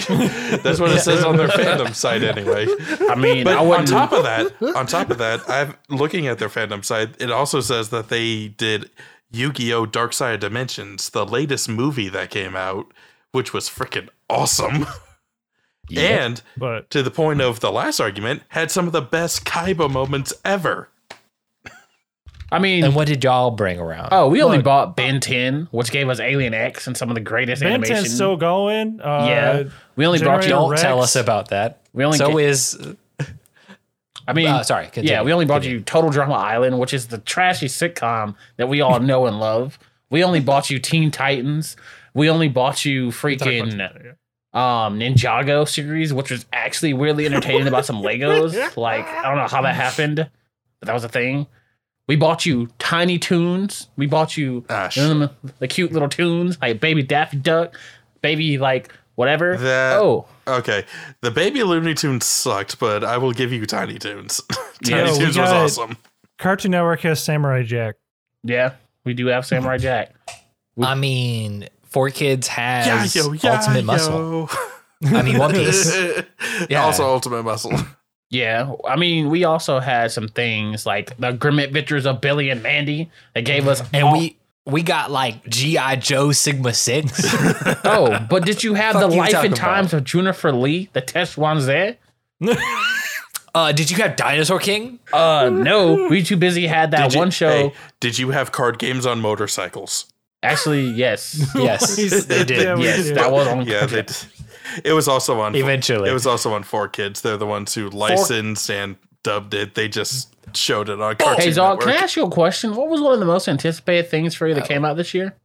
S6: That's what it says on their fandom site anyway.
S4: I mean,
S6: But
S4: I
S6: on
S4: wouldn't.
S6: top of that,
S4: *laughs*
S6: on top of that, I'm looking at their fandom site. It also says that they did Yu-Gi-Oh! Dark Side of Dimensions, the latest movie that came out, which was freaking awesome. *laughs* And
S3: But
S6: to the point of the last argument, had some of the best Kaiba moments ever.
S4: I mean,
S2: And what did y'all bring around?
S4: Hmm. oh, we only
S3: Look.
S4: bought Ben 10, which gave us Alien X and some of the greatest
S3: Ben
S4: animation.
S3: 10's still going. Uh,
S4: yeah, we only brought you.
S3: Generator-
S2: don't tell us
S3: Rex.
S2: about that.
S4: We only
S2: so
S4: get-
S2: is
S4: I mean,
S2: uh, sorry, continue,
S4: yeah, we only brought
S2: continue.
S4: you Total Drama Island, which is the trashy sitcom that we all know and love. We only bought you Teen Titans. We only bought you freaking um Ninjago series, which was actually weirdly entertaining about some Legos. Like I don't know how that happened, but that was a thing. We bought you Tiny Toons. We bought you
S6: Ah, shit.
S4: um, the cute little tunes, like baby Daffy Duck, baby like whatever.
S6: That-
S4: oh,
S6: Okay. The baby Looney Tunes sucked, but I will give you Tiny Toons. *laughs*
S4: Yeah,
S6: Tiny
S4: we
S6: Toons was
S3: got-
S6: awesome.
S3: Cartoon Network has Samurai Jack.
S4: yeah, we do have Samurai *laughs* Jack.
S2: I mean, Four Kids
S6: Yeah,
S2: has
S6: yo, yeah,
S2: Ultimate Muscle.
S6: *laughs* yo.
S2: I mean, One
S6: *laughs*
S2: Piece. Yeah.
S6: Also, Ultimate Muscle.
S4: Yeah, I mean, we also had some things like the Grim Adventures of Billy and Mandy that
S2: *laughs*
S4: gave us
S2: And
S4: all-
S2: we we got like GI Joe Sigma Six.
S4: *laughs* Oh, but did you have
S2: Fuck
S4: the
S2: you
S4: life
S2: talking
S4: and
S2: about.
S4: times of Junifer Lee, the Teshwanzé?
S2: uh, did you have Dinosaur King?
S3: *laughs*
S4: Uh, no, we too busy had that
S6: Did you-
S4: one show.
S6: hey, did you have card games on motorcycles?
S4: Actually,
S6: *laughs*
S4: yes,
S2: Yes, they did.
S3: Yeah, we
S4: yes,
S3: did.
S4: that was on.
S6: yeah, they d- it was also on.
S2: *laughs* Eventually.
S6: it was also on Four Kids. They're the ones who licensed and dubbed it. They just showed it on Cartoon
S4: Hey, Zog, can I
S6: Network. Uh,
S4: ask you a question? What was one of the most anticipated things for you that came out this year?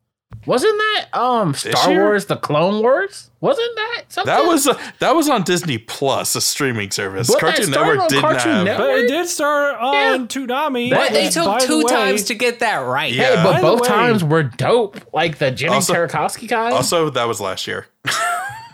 S4: Wasn't that um Star
S6: year?
S4: Wars: The Clone Wars? Wasn't that something?
S6: That was that was on Disney Plus, a streaming service.
S4: But that
S6: Cartoon
S4: started
S6: Network
S4: on
S6: did
S4: Cartoon
S6: not.
S4: Network?
S3: But it did start on
S4: Yeah.
S3: Toonami.
S2: But they
S3: which,
S2: took
S3: by the
S2: two
S3: way-
S2: times to get that right.
S4: Hey,
S6: Yeah.
S3: By
S4: but
S3: the
S4: both
S3: way-
S4: times were dope. Like the Jenny
S6: Also-
S4: Tarkovsky
S2: Oh.
S4: guy.
S6: Also, that was last year.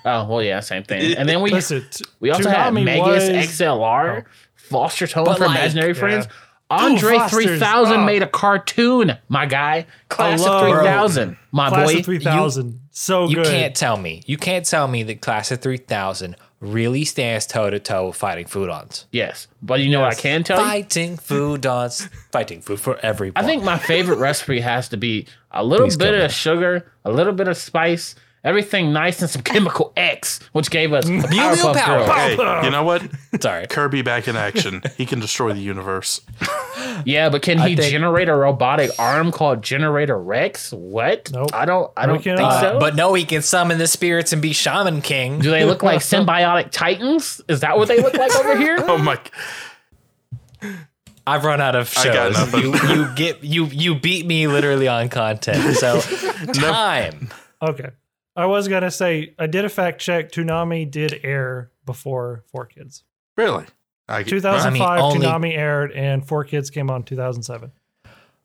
S4: oh well, yeah, same thing. And then we
S3: Listen, t-
S4: we also had
S3: Toonami
S4: Megas
S3: was- Oh.
S4: XLR, Foster Tone
S2: But
S4: for
S2: like-
S4: Imaginary Friends.
S3: Yeah.
S4: Andre
S3: Ooh, Foster's,
S4: 3000
S3: oh.
S4: made a cartoon, my guy. Class of
S3: love-
S4: 3000, my
S3: Class
S4: boy.
S3: of 3000. so
S2: You
S3: good.
S2: can't tell me. You can't tell me that Class of 3000 really stands toe to toe fighting Foodons.
S4: yes, but you know what I
S3: Yes.
S4: can tell you?
S2: Fighting Foodons. fighting food for everyone.
S4: I think my favorite recipe has to be a little
S2: Please
S4: bit
S2: kill
S4: of
S2: me.
S4: sugar, a little bit of spice, everything nice, and some *laughs* chemical X, which gave us Powerpuff
S2: Power.
S4: Girls.
S6: Hey, you know what?
S2: Sorry.
S6: Kirby back in action. He can destroy the universe.
S4: Yeah, but can he
S2: think-
S4: generate a robotic arm called Generator Rex? What?
S3: Nope.
S4: I don't. I
S3: We
S4: don't think
S3: cannot.
S4: so.
S2: Uh, But no, he can summon the spirits and be Shaman King.
S4: do they look like symbiotic titans? Is that what they look like over here?
S6: *laughs* Oh my!
S2: I've run out of shows.
S6: I got nothing.
S2: You, you get you you beat me literally on content. So time.
S3: Okay. I was going to say, I did a fact check. Toonami did air before Four Kids.
S6: Really? I,
S2: I
S3: 2005,
S2: mean, only-
S3: Toonami aired, and Four Kids came on 2007.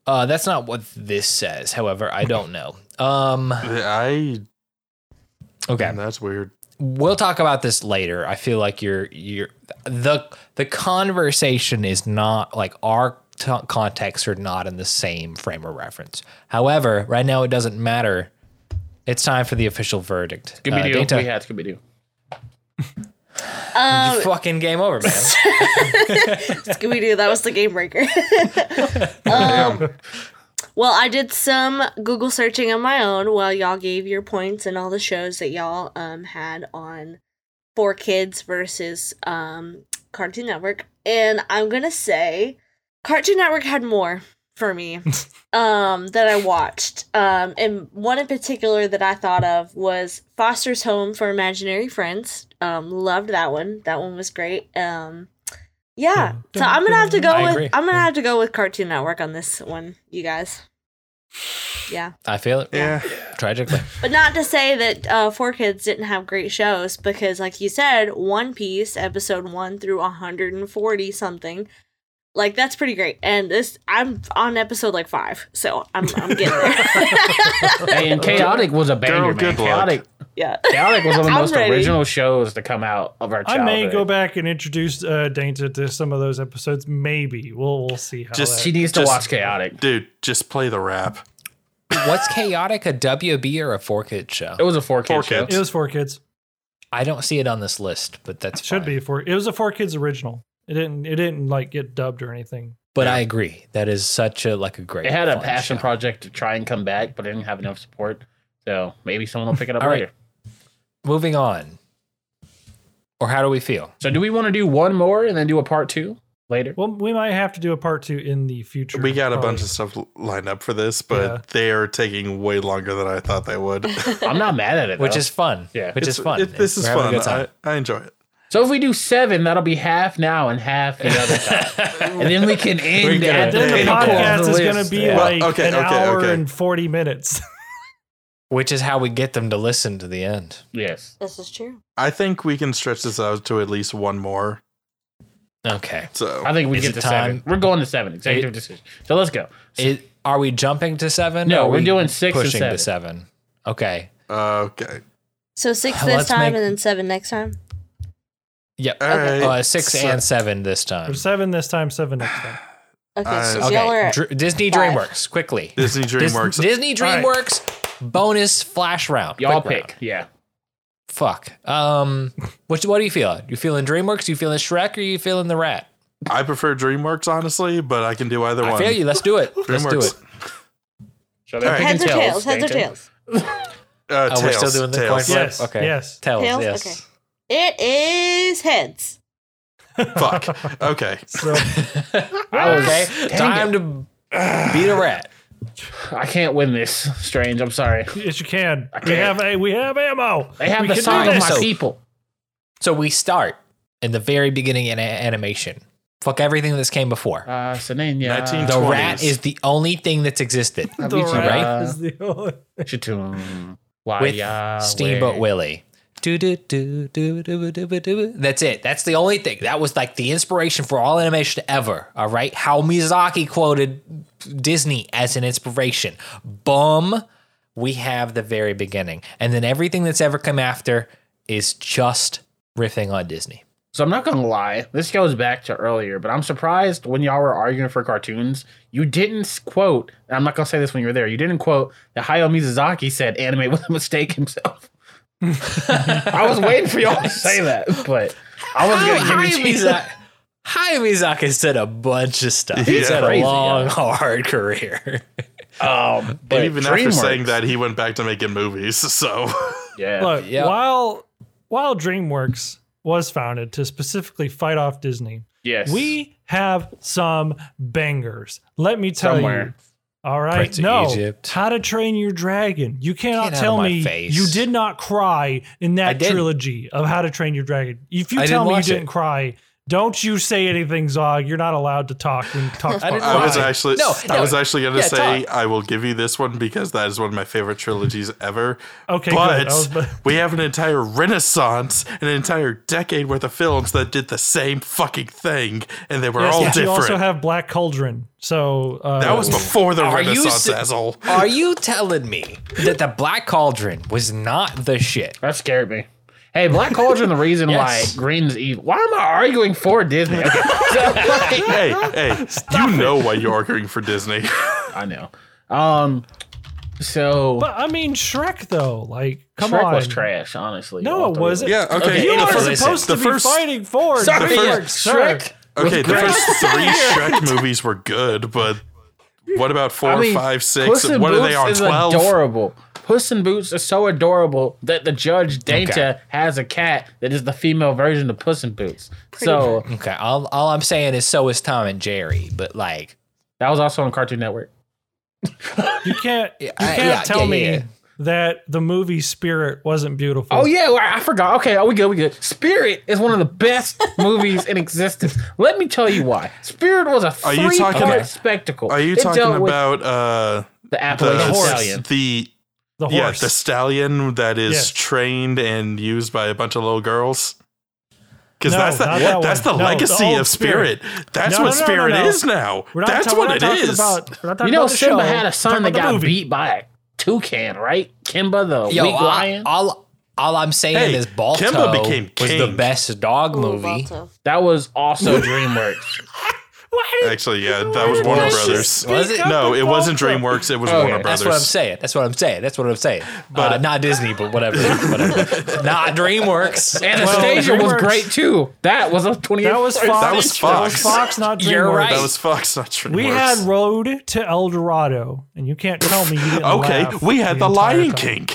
S2: Uh, that's not what this says. However, I don't know. Um,
S6: I.
S2: okay,
S6: That's weird.
S2: we'll talk about this later. I feel like you're you're the the conversation is not like our t- contexts are not in the same frame of reference. However, right now it doesn't matter. It's time for the official verdict. Uh,
S4: Scooby Doo.
S2: Data,
S4: we had Scooby Doo.
S5: Um,
S2: fucking game over,
S4: *laughs*
S2: man.
S5: Scooby Doo, that was the game breaker. *laughs* um, well, I did some Google searching on my own while y'all gave your points and all the shows that y'all um, had on Four Kids versus um, Cartoon Network. And I'm going to say Cartoon Network had more for me um, that I watched. Um, and one in particular that I thought of was Foster's Home for Imaginary Friends. Um, loved that one. That one was great. Um, Yeah.
S3: Yeah.
S5: So I'm gonna have to go
S2: I
S5: with
S2: agree.
S5: I'm gonna
S2: Yeah.
S5: have to go with Cartoon Network on this one, you guys. Yeah,
S2: I feel it
S6: Yeah.
S2: tragically.
S5: but not to say that uh, Four Kids didn't have great shows because, like you said, One Piece episode one through 140 something, like that's pretty great. And this I'm on episode like five, so I'm I'm
S2: *laughs*
S5: getting there. *laughs*
S4: Hey,
S6: *laughs*
S4: and Chaotic was a banger, man.
S6: Girl, good luck.
S4: Chaotic,
S5: yeah.
S4: Chaotic was one of the
S5: I'm
S4: most
S5: ready.
S4: original shows to come out of our
S3: I
S4: childhood.
S3: may go back and introduce uh, Dainta to some of those episodes. Maybe we'll we'll see how.
S6: Just-
S4: She needs to
S6: Just-
S4: watch Chaotic.
S6: Dude, just play the rap.
S2: What's chaotic? A WB or a four kid show?
S4: It was a four kid
S6: Four
S4: show.
S6: kids.
S3: it was four kids.
S2: I don't see it on this list, but that's
S3: Should
S2: fine.
S3: be four. It was a four kids original. It didn't. It didn't like get dubbed or anything.
S2: But I agree. That is such a like a great.
S4: It had a
S2: fun
S4: passion
S2: show.
S4: project to try and come back, but it didn't have enough support. So maybe someone will pick it
S2: *laughs*
S4: up
S2: All right.
S4: later.
S2: Moving on. Or how do we feel?
S4: So do we want to do one more and then do a part two later?
S3: Well, we might have to do a part two in the future.
S6: We got a
S3: probably.
S6: bunch of stuff l- lined up for this, but
S3: Yeah.
S6: they are taking way longer than I thought they would.
S4: I'm not mad at
S2: *laughs*
S4: it.
S2: Which
S4: though.
S2: is fun.
S4: Yeah.
S2: Which
S6: It's-
S2: is fun.
S6: it- this is
S2: We're having a
S6: fun.
S2: good time.
S6: I, I enjoy it.
S4: so if we do seven, that'll be half now and half the
S2: *laughs*
S4: other time, and then we can end
S6: gonna
S4: at
S3: Then
S6: Hey,
S3: the
S6: no,
S3: podcast is going to
S4: list.
S3: be
S4: Yeah.
S3: like
S6: Well, okay,
S3: an
S6: okay,
S3: hour
S6: okay.
S3: and forty minutes.
S2: Which is how we get them to listen to the end.
S4: yes.
S5: This is true.
S6: I think we can stretch this out to at least one more.
S2: Okay.
S6: So
S4: I think we
S2: Is
S4: get
S2: it
S4: to
S2: time?
S4: seven. We're going to seven. Executive
S2: It-
S4: decision. So let's go.
S2: Is- are we jumping to seven?
S4: No,
S2: Or are
S4: we're
S2: we
S4: doing six and
S2: Pushing to seven. Okay.
S6: uh, okay,
S5: So six this
S2: Uh, Let's
S5: time
S2: make-
S5: and then seven next time.
S2: Yep.
S6: all right.
S5: Okay.
S2: Uh, six
S6: So-
S2: and seven this time.
S3: seven this time, seven next time.
S5: Okay,
S6: Uh,
S5: so y'all are
S2: Okay.
S5: at
S2: Dr- Disney
S5: five.
S2: DreamWorks. Quickly.
S6: Disney DreamWorks.
S2: Dis- Disney
S6: All right.
S2: DreamWorks bonus flash round.
S4: Y'all
S2: Quick
S4: pick.
S2: round.
S4: Yeah.
S2: Fuck. Um, what what do you feel? You feeling DreamWorks? You feeling Shrek? Or you feeling the Rat?
S6: I prefer DreamWorks honestly, but I can do either
S2: I
S6: one.
S2: feel you. Let's do
S6: *laughs*
S2: it. Let's do it.
S6: DreamWorks.
S4: So they're
S6: All right.
S4: picking
S5: heads or tails. Heads or
S4: Dayton.
S5: tails.
S6: Uh,
S2: Oh, we're still doing the coin
S6: tails.
S2: flip.
S3: Yes,
S2: Okay.
S3: yes.
S2: Tails.
S5: Tails?
S2: Yes.
S5: Okay. It is heads.
S6: Fuck. Okay.
S3: So
S2: *laughs*
S4: I was-
S2: Okay.
S4: Dang
S2: Time
S4: it.
S2: to beat a rat.
S4: I can't win this. Strange. I'm sorry.
S3: yes, you can. We
S4: can't.
S3: have a we have ammo.
S4: They have
S3: we
S4: the
S3: can do
S4: song of
S3: this.
S4: my
S2: So-
S4: people.
S2: So we start in the very beginning in a- animation. Fuck everything that's came before.
S4: Uh, Senenya.
S6: 19
S2: The
S6: 20s.
S2: rat is the only thing that's existed
S4: I
S3: The
S4: beat you,
S3: rat
S4: uh,
S3: is the *laughs* only.
S4: Chitum.
S2: with
S4: Waya,
S2: Steamboat
S4: way.
S2: Willie. Do, do, do, do, do, do, do, do. That's it. That's the only thing. That was like the inspiration for all animation ever. All right. How Miyazaki quoted Disney as an inspiration. Bum. We have the very beginning. And then everything that's ever come after is just riffing on Disney.
S4: So I'm not gonna lie. This goes back to earlier, but I'm surprised when y'all were arguing for cartoons, you didn't s- quote. and I'm not gonna say this when you were there. You didn't quote that Hayao Miyazaki said anime was a mistake himself. *laughs* I was waiting for y'all to say that, but I was gonna give
S2: *laughs*
S4: you
S2: Hayao Miyazaki- Hayao Mizaki has said a bunch of stuff. He's
S6: Yeah.
S2: had
S4: Crazy,
S2: a long,
S4: yeah.
S2: hard career.
S4: Um, but
S6: And even after
S4: DreamWorks-
S6: saying that, he went back to making movies. *laughs* So
S4: yeah,
S3: Look,
S2: Yeah.
S3: while while DreamWorks was founded to specifically fight off Disney,
S4: yes,
S3: we have some bangers. Let me tell you.
S4: Somewhere.
S3: All right,
S2: Prince of
S3: no.
S2: Egypt.
S3: How to Train Your Dragon? You cannot
S2: Get out
S3: tell
S2: of my
S3: me
S2: face.
S3: you did not cry in that
S2: didn't.
S3: trilogy of How to Train Your Dragon. If you
S2: I
S3: tell
S2: didn't
S3: me you
S2: watch it.
S3: didn't cry, don't you say anything, Zog. You're not allowed to talk when talk.
S2: I didn't
S6: *laughs* I was
S2: Why?
S6: actually,
S2: No,
S6: I
S2: no.
S6: was actually gonna
S2: Yeah,
S6: say, I will give you this one because that is one of my favorite trilogies ever.
S3: Okay,
S6: but
S3: good. I was- but-
S6: we have an entire renaissance, an entire decade worth of films that did the same fucking thing, and they were
S3: Yes,
S6: all
S3: but
S6: different.
S3: You also have Black Cauldron. So uh,
S6: that was before the
S2: Oh. Are you
S6: renaissance,
S2: se-
S6: asshole.
S2: Are you telling me that the Black Cauldron was not the shit?
S4: that scared me. Hey, Black Cauldron, the reason
S2: Yes.
S4: why green is evil. Why am I arguing for Disney? Okay, so, like,
S6: hey, hey, you know why you're arguing for Disney?
S4: I know. Um, so
S3: But I mean, Shrek though. Like, come
S4: Shrek
S3: on.
S4: was trash, honestly. I'll
S3: No, it
S4: tell you
S3: wasn't.
S6: yeah, okay.
S3: You
S2: Okay,
S3: are
S2: listen,
S3: supposed to
S6: the first-
S3: be fighting for
S2: Sorry,
S3: DreamWorks, sir.
S2: Shrek.
S6: Okay, the
S4: Greg.
S6: first three Shrek movies were good, but what about four,
S4: I mean,
S6: five,
S4: Puss
S6: six?
S4: in
S6: What are they
S4: Boots
S6: on?
S4: is
S6: Twelve.
S4: Adorable. Puss in Boots is so adorable that the judge Data
S2: Okay.
S4: has a cat that is the female version of Puss in Boots. so
S2: Okay, all, all I'm saying is so is Tom and Jerry, but like,
S4: that was also on Cartoon Network.
S3: You can't. You
S2: I-
S3: can't
S2: yeah,
S3: tell
S2: yeah,
S3: me
S2: yeah.
S3: that the movie Spirit wasn't beautiful.
S4: Oh yeah, well, I forgot. Okay, are we good? We good. Spirit is one of the best movies in existence. Let me tell you why. Spirit was a
S6: Are you
S4: three-part
S6: talking-
S4: spectacle.
S6: Are you
S4: It
S6: talking
S4: dealt with
S6: about uh
S4: the
S6: the
S4: Appalachian Stallion?
S6: the
S3: the
S6: yeah
S3: horse.
S6: the stallion that is
S3: Yes.
S6: trained and used by a bunch of little girls? Because
S3: No,
S6: that's the,
S3: not that
S6: that's
S3: one. No,
S6: the
S3: the
S6: legacy
S3: old
S6: of Spirit. That's
S3: No, no,
S6: what
S3: no, no,
S6: Spirit
S3: no.
S6: is now.
S3: We're not
S6: That's
S3: ta-
S6: what
S3: we're
S6: it
S3: not talking
S6: is.
S3: About, we're not talking
S4: You know,
S3: about the
S4: Simba
S3: show.
S4: had a son
S3: We're
S4: that
S3: talking about
S4: got
S3: the movie.
S4: beat by a toucan, right? Kimba the
S2: Yo,
S4: weak
S2: all,
S4: lion.
S2: all all I'm saying
S6: Hey,
S2: is Balto
S6: Kimba became
S2: was the
S6: king.
S2: best dog
S5: Ooh,
S2: movie.
S5: Balto.
S4: that was also *laughs* DreamWorks.
S6: Actually, yeah, that was Warner
S2: Was it-
S6: Brothers.
S2: was it-
S6: No, it wasn't DreamWorks. It was
S4: Okay,
S6: Warner
S2: That's what I'm
S6: Brothers.
S2: saying. That's what I'm saying. That's what I'm saying. But uh, not Disney, but whatever,
S6: *laughs*
S2: whatever. not DreamWorks.
S4: Anastasia was
S3: DreamWorks-
S4: great too. That was a 28th.
S3: That was Fox.
S6: That was Fox.
S4: *laughs*
S3: Fox, not
S2: You're
S3: DreamWorks.
S2: right.
S6: That was Fox, not DreamWorks.
S3: We had Road to El Dorado, and you can't tell me you didn't
S6: okay.
S3: laugh
S6: We had the
S3: entire
S6: Lion
S3: time.
S6: King.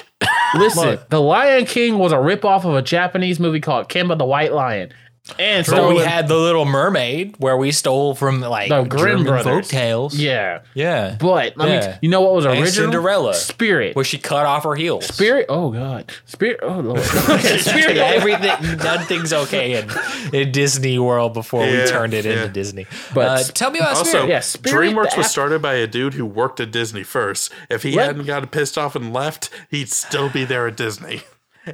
S4: Listen,
S3: Look.
S4: The Lion King was a ripoff of a Japanese movie called Kimba the White Lion. And
S2: So
S4: so
S2: we had the Little Mermaid, where we stole from like
S4: the Grimm
S2: German
S4: brothers.
S2: folktales.
S4: Yeah.
S2: yeah.
S4: But let
S2: Yeah.
S4: me you know what was
S2: And
S4: original?
S2: Cinderella.
S4: Spirit.
S2: Where she cut off her heels.
S4: Spirit. Oh god. Spirit. Oh lord. Okay, Spirit.
S2: Everything, nothing's okay in, in Disney World before
S6: Yeah,
S2: we turned it
S6: yeah.
S2: into Disney.
S4: But
S2: uh,
S4: s-
S2: tell me about
S6: Also,
S2: Spirit.
S4: Yeah, Spirit,
S6: DreamWorks
S4: the
S6: was
S4: app-
S6: started by a dude who worked at Disney first. If he
S4: What?
S6: hadn't got pissed off and left, he'd still be there at Disney.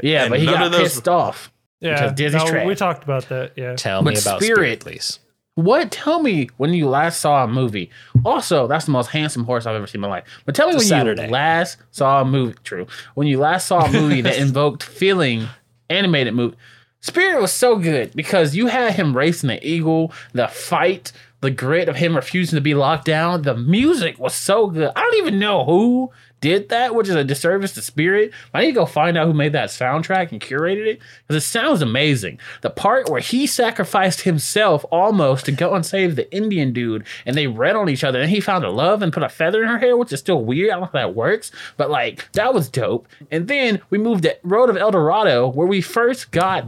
S4: Yeah,
S6: And
S4: but he
S6: none
S4: got
S6: of those-
S4: pissed off.
S3: Yeah,
S4: Because Disney's
S3: no,
S4: trash.
S3: we talked about that. Yeah,
S2: Tell
S4: But
S2: me about
S4: Spirit-
S2: Spirit, please.
S4: What? Tell me when you last saw a movie. Also, that's the most handsome horse I've ever seen in my life. But tell me
S2: It's
S4: when
S2: a Saturday.
S4: you last saw a movie. True. When you last saw a movie
S2: *laughs*
S4: that invoked feeling, animated movie. Spirit was so good because you had him racing the eagle, the fight, the grit of him refusing to be locked down. The music was so good. I don't even know who did that, which is a disservice to Spirit. I need to go find out who made that soundtrack and curated it because it sounds amazing. The part where he sacrificed himself almost to go and save the Indian dude and they ran on each other and he found a love and put a feather in her hair, which is still weird. I don't know how that works, but like that was dope. And then we moved to Road of El Dorado where we first got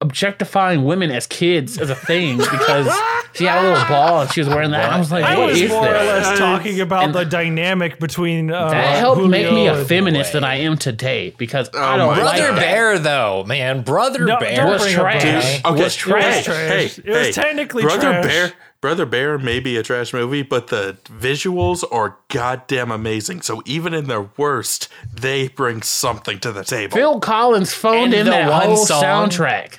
S4: objectifying women as kids as a thing because
S6: *laughs*
S4: she had a little ball and she was wearing that. And I was like,
S3: I
S4: what
S3: was
S4: is
S3: more or
S4: that?
S3: less talking about
S4: And-
S3: the dynamic between uh,
S4: That helped make me
S3: Julio
S4: a
S3: and-
S4: feminist that I am today because I
S6: Oh
S4: don't
S6: my
S4: like
S2: Brother
S6: God.
S4: that.
S2: Bear, though, man, Brother
S3: No,
S2: Bear
S3: don't
S4: was
S3: bring up
S4: trash.
S3: Brother
S4: It was
S3: It was
S4: trash.
S3: trash. It was technically
S6: Brother
S3: trash.
S6: Bear. Brother Bear may be a trash movie, but the visuals are goddamn amazing. So even in their worst, they bring something to the table.
S4: Phil Collins phoned
S2: And
S4: in
S2: the
S4: that
S2: one
S4: whole
S2: song.
S4: soundtrack,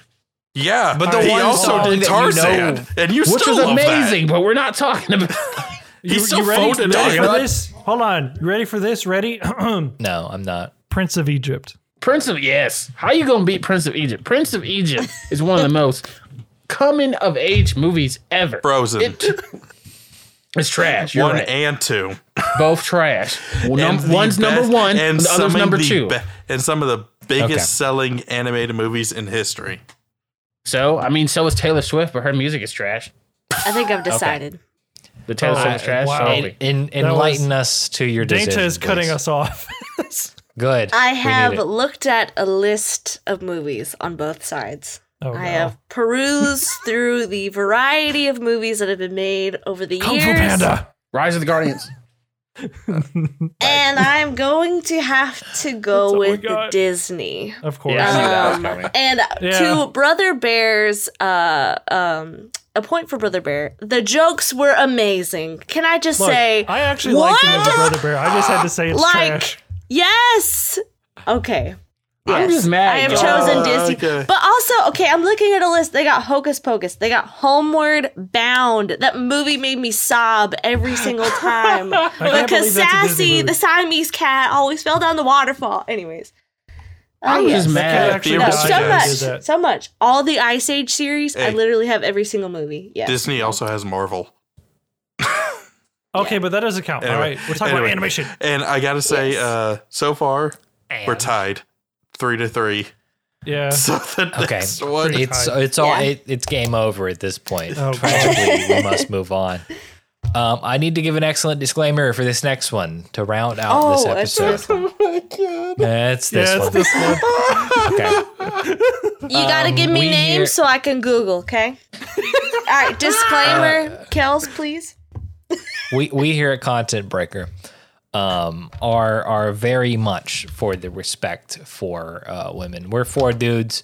S6: yeah, but
S2: the
S6: he
S2: one
S6: also
S2: song
S6: did
S2: that you
S6: Tarzan,
S2: know-
S6: and you
S4: which
S6: still
S4: was
S6: love that.
S4: amazing. But we're not talking about. *laughs*
S6: He still
S3: You ready,
S6: phoned it
S3: ready
S6: in.
S3: for this? Hold on. You ready for this? Ready? *clears throat*
S2: No, I'm not.
S3: Prince of Egypt.
S4: Prince of yes. How you gonna beat Prince of Egypt? Prince of
S6: *laughs*
S4: Egypt is one of the most coming of age movies ever.
S6: Frozen.
S4: It's trash. You're
S6: one
S4: right.
S6: and two.
S4: both trash. Well,
S6: And
S4: num-
S6: the
S4: one's number
S6: best-
S4: one, and the
S6: some
S4: other's
S6: of
S4: number
S6: the
S4: two.
S6: be- and some of the biggest
S2: Okay.
S6: selling animated movies in history.
S4: So I mean, so is Taylor Swift, but her music is trash.
S5: I think I've decided.
S4: The Taylor
S3: Oh,
S4: Swift is trash.
S3: wow.
S4: so are we.
S2: En- en-
S3: was-
S2: enlighten us to your decision.
S3: Dainta is cutting
S2: please.
S3: us off. *laughs*
S2: Good.
S5: I
S2: We need
S5: have
S2: it.
S5: looked at a list of movies on both sides.
S3: Oh,
S5: I
S3: no.
S5: have
S3: *laughs*
S5: perused through the variety of movies that have been made over the
S3: Kung Fu
S5: years.
S3: Panda.
S4: Rise of the Guardians.
S5: And I'm going to have to
S3: That's
S5: go
S3: all we
S5: with the
S3: got.
S5: Disney.
S3: Of course.
S4: Yeah. I knew that was
S5: Um,
S4: coming.
S5: and
S3: Yeah.
S5: to Brother Bear's, uh, um, a point for Brother Bear. The jokes were amazing. Can I just
S3: Look,
S5: say,
S3: I actually like him as a
S5: What?
S3: brother bear. I just had to say it's
S5: like,
S3: trash.
S5: yes, okay. Yes.
S4: I'm just mad.
S5: I have
S4: y'all.
S5: chosen
S6: Uh,
S5: Disney.
S6: okay.
S5: But also, okay, I'm looking at a list. They got Hocus Pocus. They got Homeward Bound. That movie made me sob every *laughs* single time.
S3: can't
S5: because
S3: believe that's a Disney
S5: Sassy,
S3: movie.
S5: the Siamese cat, always fell down the waterfall. Anyways. Oh,
S4: I'm
S5: yes.
S4: just
S3: That
S4: mad.
S3: actually
S5: No,
S6: Ice
S5: so
S6: Age.
S5: much.
S3: did that.
S5: So much. All the Ice Age series, I
S6: Hey.
S5: literally have every single movie. Yeah.
S6: Disney also has Marvel.
S3: Okay, but that doesn't count. All
S6: Anyway,
S3: right, we're talking
S6: anyway.
S3: about animation.
S6: And I gotta say,
S5: Yes.
S6: uh, so far we're tied, three to three. *laughs*
S3: Yeah.
S6: So the
S2: Okay.
S6: next one,
S2: It's it's all
S5: Yeah.
S2: it, it's game over at this point.
S3: Oh, God.
S2: Tragically, we must move on. Um, I need to give an excellent disclaimer for this next one to round out this
S5: Oh, it's
S2: episode.
S5: this one.
S2: That's this
S3: Yeah, it's
S2: one.
S3: this one.
S2: Okay.
S5: You gotta
S2: Um,
S5: give me
S2: we
S5: names
S2: hear-
S5: so I can Google, *laughs* okay? All right, disclaimer. Kels, please.
S2: We we here at Content Breaker um, are are very much for the respect for uh, women. We're four dudes.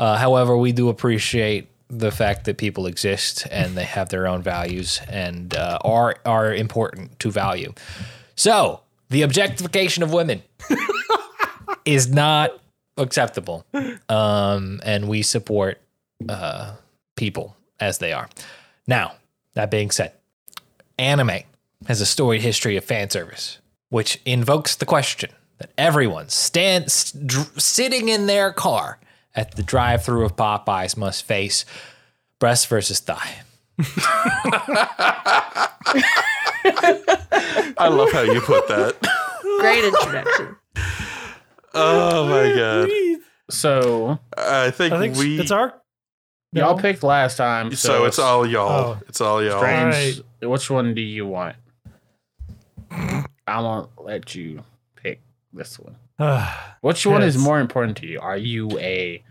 S2: Uh, however, we do appreciate the fact that people exist and they have their own values and uh, are are important to value. So the objectification of women *laughs* is not acceptable, um, and we support uh, people as they are. Now, that being said, anime has a storied history of fan service, which invokes the question that everyone stand, st- dr- sitting in their car at the drive through of Popeyes must face breast versus thigh.
S6: I love how you put that. *laughs*
S5: Great introduction.
S6: Oh my god.
S4: So
S6: I think,
S3: I think
S6: we
S3: it's our. *sighs*
S4: y'all
S3: No.
S4: picked last time.
S6: so, it's all y'all.
S3: Oh.
S6: It's all y'all.
S4: Strange.
S3: Alright.
S4: Which one do you want? I'm gonna let you pick this one. Which one is
S3: Yes.
S4: more important to you? Are you a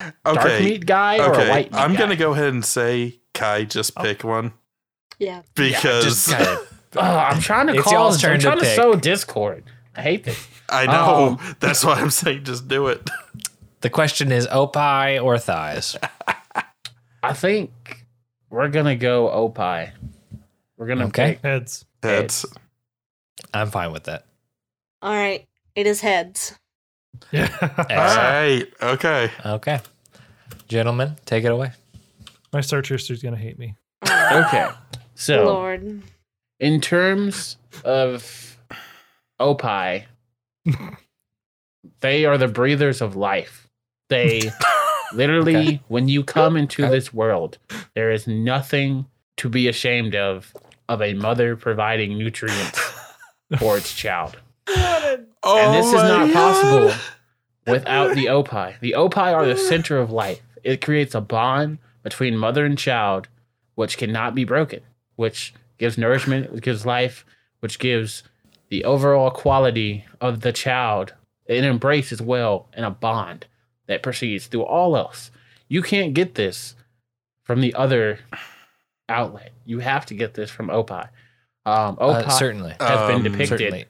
S4: dark
S6: Okay.
S4: meat guy or a
S6: Okay.
S4: white meat
S6: I'm
S4: guy? Oh.
S6: gonna go ahead and say Kai just pick one
S5: *laughs* Yeah.
S6: because
S2: Just
S4: *laughs*
S2: kinda-
S4: Ugh, Uh, I'm trying to
S2: It's
S4: call.
S2: y'all's
S4: I'm
S2: turn
S4: trying
S2: to
S4: to,
S2: pick.
S4: sow discord. I hate this.
S6: I know *laughs* that's why I'm saying just do it.
S2: the question is opie or thighs. *laughs*
S4: I think we're gonna go opie. We're gonna
S2: Okay.
S4: pick
S3: Heads.
S6: That's
S2: I'm fine with that.
S5: All right. It is heads.
S3: Yeah.
S6: *laughs*
S3: *laughs*
S6: all
S2: Excellent.
S6: right. Okay.
S2: Okay. Gentlemen, take it away.
S3: My search history's gonna hate me.
S4: Okay. So
S5: Lord.
S4: in terms of
S2: *laughs*
S4: opie, they are the breathers of life.
S2: *laughs*
S4: They literally,
S2: Okay.
S4: when you come into
S2: Okay.
S4: this world, there is nothing to be ashamed of of a mother providing nutrients
S2: *laughs*
S4: for its child.
S6: Oh
S4: And this is
S6: my
S4: not
S6: God.
S4: possible without the opie. The opie are the center of life. It creates a bond between mother and child, which cannot be broken, which gives nourishment, which gives life, which gives the overall quality of the child an embrace as well and a bond that proceeds through all else. You can't get this from the other outlet. You have to get this from opie. Um, opie
S2: Uh, certainly.
S4: has
S6: Um,
S4: been depicted
S2: Certainly.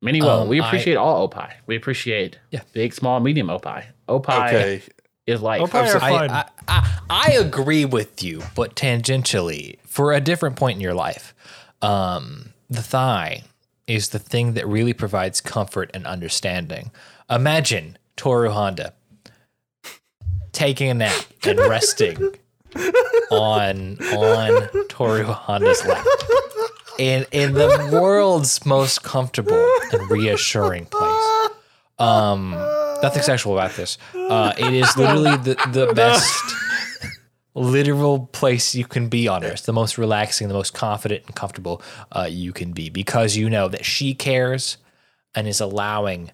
S4: Many well.
S2: Um,
S4: we
S2: I-
S4: appreciate all opie. We appreciate
S2: Yeah.
S4: big, small, medium opie. Opie
S6: Okay.
S4: is life.
S3: Opie are
S2: I,
S3: Oh, fine.
S2: I, I, I agree with you, but tangentially, for a different point in your life, um, the thigh is the thing that really provides comfort and understanding. Imagine Toru Honda taking a nap and resting on on Toru Honda's lap. In in the world's most comfortable and reassuring place. Um, nothing sexual about this. Uh, it is literally the, the best *laughs* literal place you can be on earth. The most relaxing, the most confident and comfortable uh, you can be because you know that she cares and is allowing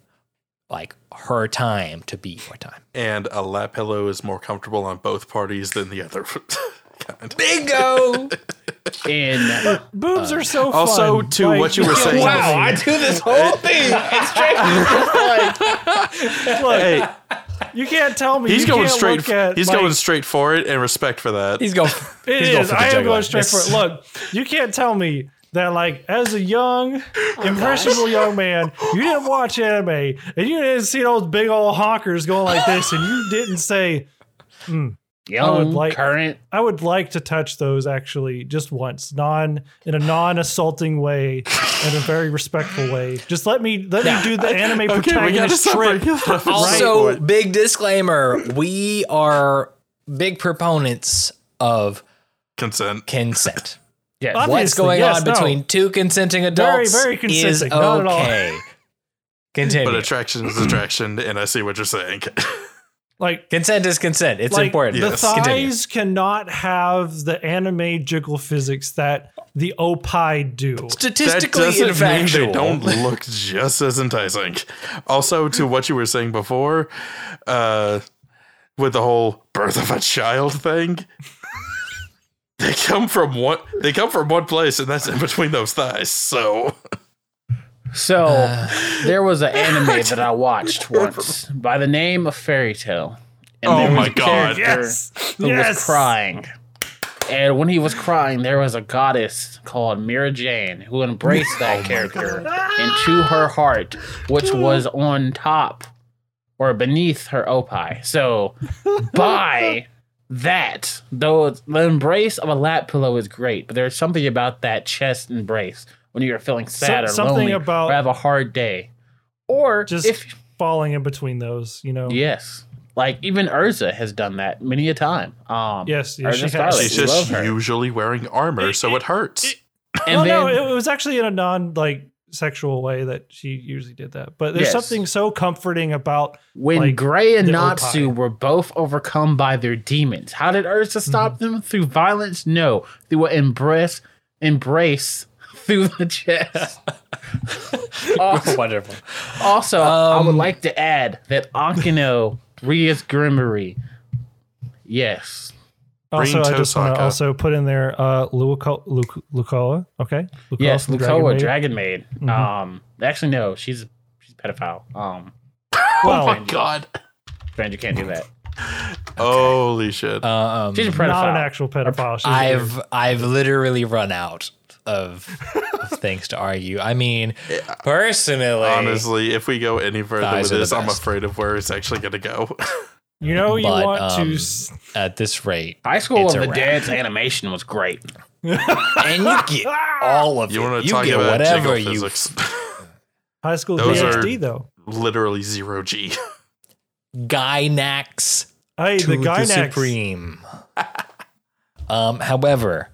S2: like her time to be your time.
S6: And a lap pillow is more comfortable on both parties than the other *laughs* kind.
S2: Bingo! *laughs*
S4: in
S3: Boobs are so.
S6: uh, Also,
S3: fun.
S6: to
S3: Like-
S6: what you
S3: *laughs*
S6: were
S4: *laughs*
S6: saying.
S4: wow, I do this whole thing. It's strange.
S3: Look,
S6: Hey,
S3: you can't tell me.
S6: he's
S3: you
S6: going
S3: can't
S6: straight.
S3: look at,
S6: He's
S3: like,
S6: going straight for it, and respect for
S2: *laughs*
S6: that.
S2: He's
S4: *laughs*
S2: going.
S3: It
S2: he's going
S3: is.
S2: for the
S3: I am
S2: jugular.
S3: going straight for it.
S2: Yes.
S3: Look, you can't tell me that, like, as a young, impressionable young man, you didn't watch anime and you didn't see those big old honkers going like this, and you didn't say, I would
S4: Young,
S3: like-
S4: current.
S3: "I would like to touch those actually just once, non in a non-assaulting way, in a very respectful way. Just let me let me do the anime protagonist trick."
S2: also, big disclaimer: we are big proponents of
S6: consent.
S2: consent.
S4: Yes.
S3: Obviously,
S2: What's going
S3: yes,
S2: on
S3: no.
S2: between two consenting adults
S3: very
S2: is
S3: consenting,
S2: okay.
S3: not at all.
S2: Continue.
S6: But attraction is attraction, and I see what you're saying.
S3: Like
S2: consent is consent. It's
S3: like,
S2: important.
S3: The
S6: Yes.
S3: thighs
S2: Continue.
S3: cannot have the anime jiggle physics that the opie do.
S6: that
S2: Statistically
S6: doesn't mean they
S2: infactual.
S6: don't look just as enticing. Also, to what you were saying before, uh, with the whole birth of a child thing, *laughs* they come from one. They come from one place, and that's in between those thighs. So
S4: So
S6: Uh,
S4: there was an anime
S2: *laughs*
S4: that I watched once by the name of Fairy Tale. And
S6: Oh
S4: there was
S6: my
S4: a
S6: God.
S4: character
S3: Yes.
S4: Who was crying. And when he was crying, there was a goddess called Mira Jane who embraced
S3: *laughs* Oh
S4: that character into her heart, which was on top or beneath her opi.
S3: *laughs*
S4: So by that, though the embrace of a lap pillow is great, but there's something about that chest embrace when you're feeling sad
S3: Some-
S4: or
S3: something
S4: lonely
S3: about-
S4: or have a hard day. Or
S3: Just
S4: if
S3: falling in between those, you know.
S4: Yes. Like even Urza has done that many a time. Um,
S3: Yes,
S4: Urza
S3: yes, she has.
S4: Scarlet,
S6: She's
S4: we love
S6: just
S4: her.
S6: usually wearing armor, so it hurts.
S4: And
S3: well,
S4: then,
S3: no, it was actually in a non like sexual way that she usually did that. But there's
S4: Yes.
S3: something so comforting about
S4: when
S3: like,
S4: Gray and
S3: the
S4: Natsu
S3: Opai.
S4: were both overcome by their demons, how did
S3: Mm-hmm.
S4: Urza stop them? Through violence? No, through an embrace, embrace *laughs* through the chest.
S3: Oh,
S6: *laughs*
S4: also,
S2: Wonderful.
S4: also, I
S6: Um,
S4: would like to add that Akino
S3: *laughs*
S4: Ria's Grimmery. Yes,
S6: Green
S3: also I just want
S6: Tosaka.
S3: to also put in there uh Luca Luc- Lucoa, okay? Lucoa
S4: yes, Lukoa,
S3: from Maid. Mm-hmm.
S4: Dragon Maid. Um, actually, no, she's she's a pedophile. Um,
S3: Well,
S2: Oh
S6: God.
S4: Strange, you can't do that.
S6: Holy shit.
S2: Um,
S4: She's a pedophile.
S3: not an actual pedophile. She's
S2: I've I've literally run out of, of things to argue. I mean, personally,
S6: Honestly, if we go any further with
S2: Thighs are the
S6: this, I'm
S2: best.
S6: afraid of where it's actually going to go. *laughs*
S3: you know you
S2: but,
S3: want
S2: um,
S3: to s-
S2: at this rate,
S4: High School
S2: It's
S4: of
S2: a
S4: the
S2: wrap.
S4: Dead's *laughs* animation was great.
S2: and you
S3: *laughs*
S2: get all of
S6: You
S2: it.
S6: want
S2: You
S6: to talk
S2: get
S6: about
S2: whatever
S6: whatever
S2: you
S6: physics?
S2: *laughs*
S3: high school
S6: those are-
S3: DxD though.
S6: Literally zero G. *laughs*
S2: Gynax
S3: Hey,
S2: to
S3: the
S2: the,
S3: guy
S2: supreme. *laughs* um, however,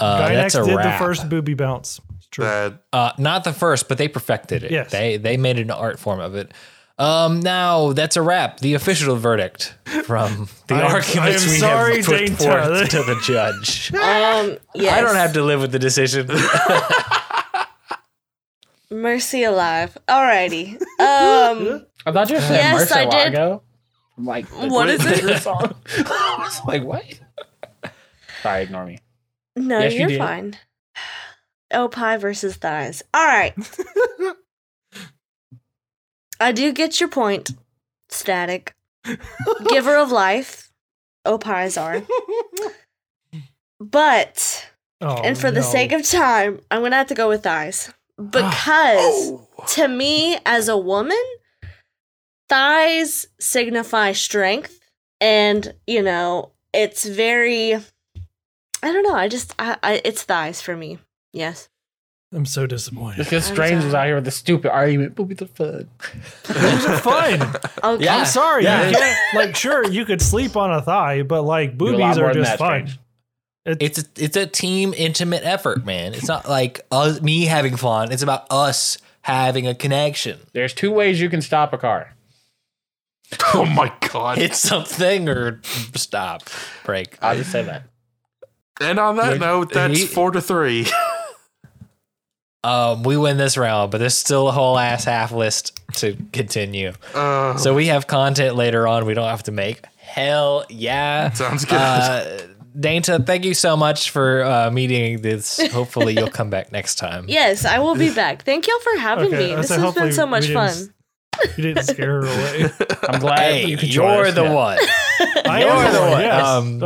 S2: uh, that's a
S3: did
S2: wrap.
S3: the first booby bounce. It's true.
S6: That
S2: Uh, not the first, but they perfected it.
S3: Yes.
S2: They they made an art form of it. Um, now that's a wrap. The official verdict
S3: *laughs*
S2: from the
S3: I am- I am
S2: arguments we
S3: sorry,
S2: have put
S3: Dane Tyler.
S2: forth to the
S3: *laughs*
S2: judge.
S5: Um, yes.
S2: I don't have to live with the decision. *laughs*
S5: Mercy alive. Alrighty. Um,
S4: I thought you said
S5: Yes,
S4: Mercer
S5: I did.
S4: Lago. I'm like,
S5: What is it?
S4: this song?
S5: *laughs*
S4: I was like, what? Sorry, ignore me.
S5: no,
S4: Yes, you
S5: you're
S4: did.
S5: fine. Oh, pie versus thighs. All right. I do get your point, Static. Giver of life. Oh, pies are. But,
S3: Oh,
S5: and for the
S3: no.
S5: sake of time, I'm going to have to go
S3: *gasps*
S5: with thighs. Because
S3: Oh.
S5: to me, as a woman, thighs signify strength. And, you know, it's very, I don't know. I just, I, I it's thighs for me. Yes.
S3: I'm so disappointed.
S2: *laughs*
S4: It's because
S5: I'm
S4: Strange was
S5: sorry.
S4: out here with the stupid argument. Booby the fun.
S3: Those are fun.
S5: Okay.
S2: Yeah.
S3: I'm *laughs* sorry. you
S2: Yeah.
S3: can't- like, sure, you could sleep on a thigh, but like boobies are just fun.
S2: it's a, it's a team intimate effort, man. It's not like us, me having fun. It's about us having a connection.
S4: There's two ways you can stop a car.
S6: oh my god!
S2: Hit something or stop, break.
S4: I'll just say that.
S6: and on that
S2: Like,
S6: note, that's
S2: he-
S6: four
S2: *laughs*
S6: to three.
S2: Um, we win this round, but there's still a whole ass half list to continue.
S6: Uh,
S2: So we have content later on we don't have to make. Hell yeah.
S6: sounds good.
S2: Uh, Dainta, thank you so much for uh, meeting this. Hopefully you'll come back next time.
S5: Yes, I will be back. Thank y'all for having
S3: Okay,
S5: me.
S3: I
S5: This
S3: said
S5: has
S3: hopefully
S5: been so
S3: we
S5: much
S3: didn't
S5: fun.
S3: s- You didn't scare
S2: *laughs*
S3: her away. *laughs*
S4: I'm glad
S2: Hey,
S4: you could join
S2: you're
S4: us
S2: the
S4: now.
S2: one.
S3: I
S2: You're
S3: am
S2: the one.
S3: Yes.
S2: Um,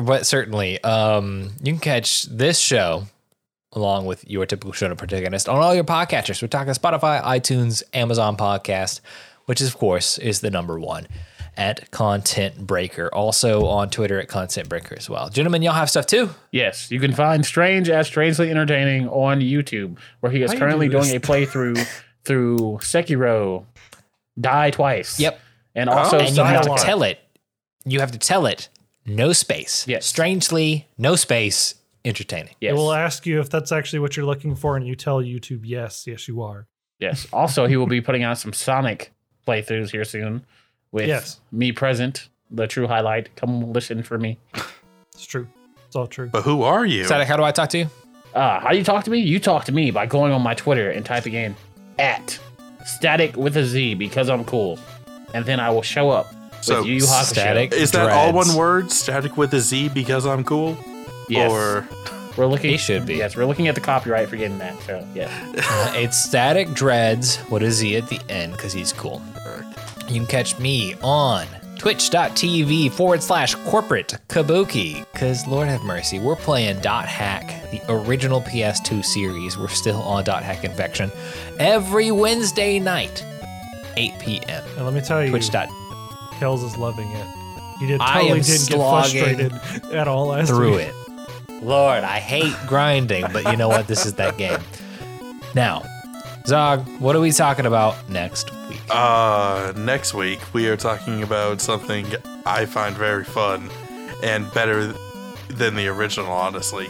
S3: oh,
S2: but certainly, um, you can catch this show along with your typical show protagonist on all your podcatchers. We're talking Spotify, iTunes, Amazon Podcast, which is, of course is the number one at Content Breaker. Also on Twitter at Content Breaker as well. Gentlemen, y'all have stuff too.
S4: Yes, you can find Strange as Strangely Entertaining on YouTube, where he is
S3: How you
S4: currently
S3: do this?
S4: doing a playthrough through Sekiro, Die Twice.
S2: Yep.
S4: And also,
S6: Oh,
S2: and you have to
S3: dialogue.
S2: tell it. You have to tell it. No space.
S4: Yes.
S2: Strangely, no space. Entertaining.
S4: yes.
S3: it will ask you if that's actually what you're looking for, and you tell YouTube, yes, yes, you are.
S4: Yes. Also, he will be putting out some Sonic playthroughs here soon with
S3: Yes.
S4: me present, the true highlight. Come listen for me.
S3: It's true. It's all true.
S6: but who are you?
S2: Sadek, how do I talk to you?
S4: Uh, how do you talk to me? You talk to me by going on my Twitter and typing in at static with a Z because I'm cool. And then I will show up
S6: So,
S4: with Yu Yu Hakusho.
S2: Static?
S6: Is that all
S2: Dreads.
S6: one word? Static with a Z because I'm cool?
S4: Yes.
S6: Or
S4: we're looking,
S2: He should be.
S4: Yes, we're looking at the copyright for getting that. So, yeah.
S2: Uh, it's Static Dreads. What is he at the end? Because he's cool. You can catch me on twitch.tv forward slash corporate kabuki. Because, Lord have mercy, we're playing Dot Hack, the original PS2 series. We're still on Dot Hack Infection every Wednesday night, 8 p.m.
S3: And let me tell you,
S2: Twitch. Dot
S3: Kells is loving it. He did,
S2: I
S3: totally
S2: am
S3: didn't get
S2: slogging
S3: frustrated at all last
S2: through
S3: week.
S2: it. Lord, I hate grinding, but you know what? This is that game. Now, Zog, what are we talking about next week?
S6: Uh, next week we are talking about something I find very fun and better th- than the original, honestly.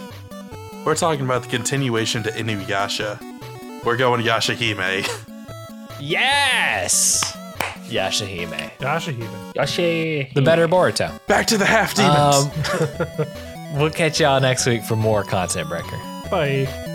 S6: We're talking about the continuation to Inuyasha. We're going Yashahime. *laughs*
S2: Yes! Yashahime.
S3: Yashahime.
S4: Yoshi.
S2: The better Boruto.
S6: Back to the half demons.
S2: *laughs* Um, we'll catch y'all next week for more Content Breaker.
S3: Bye.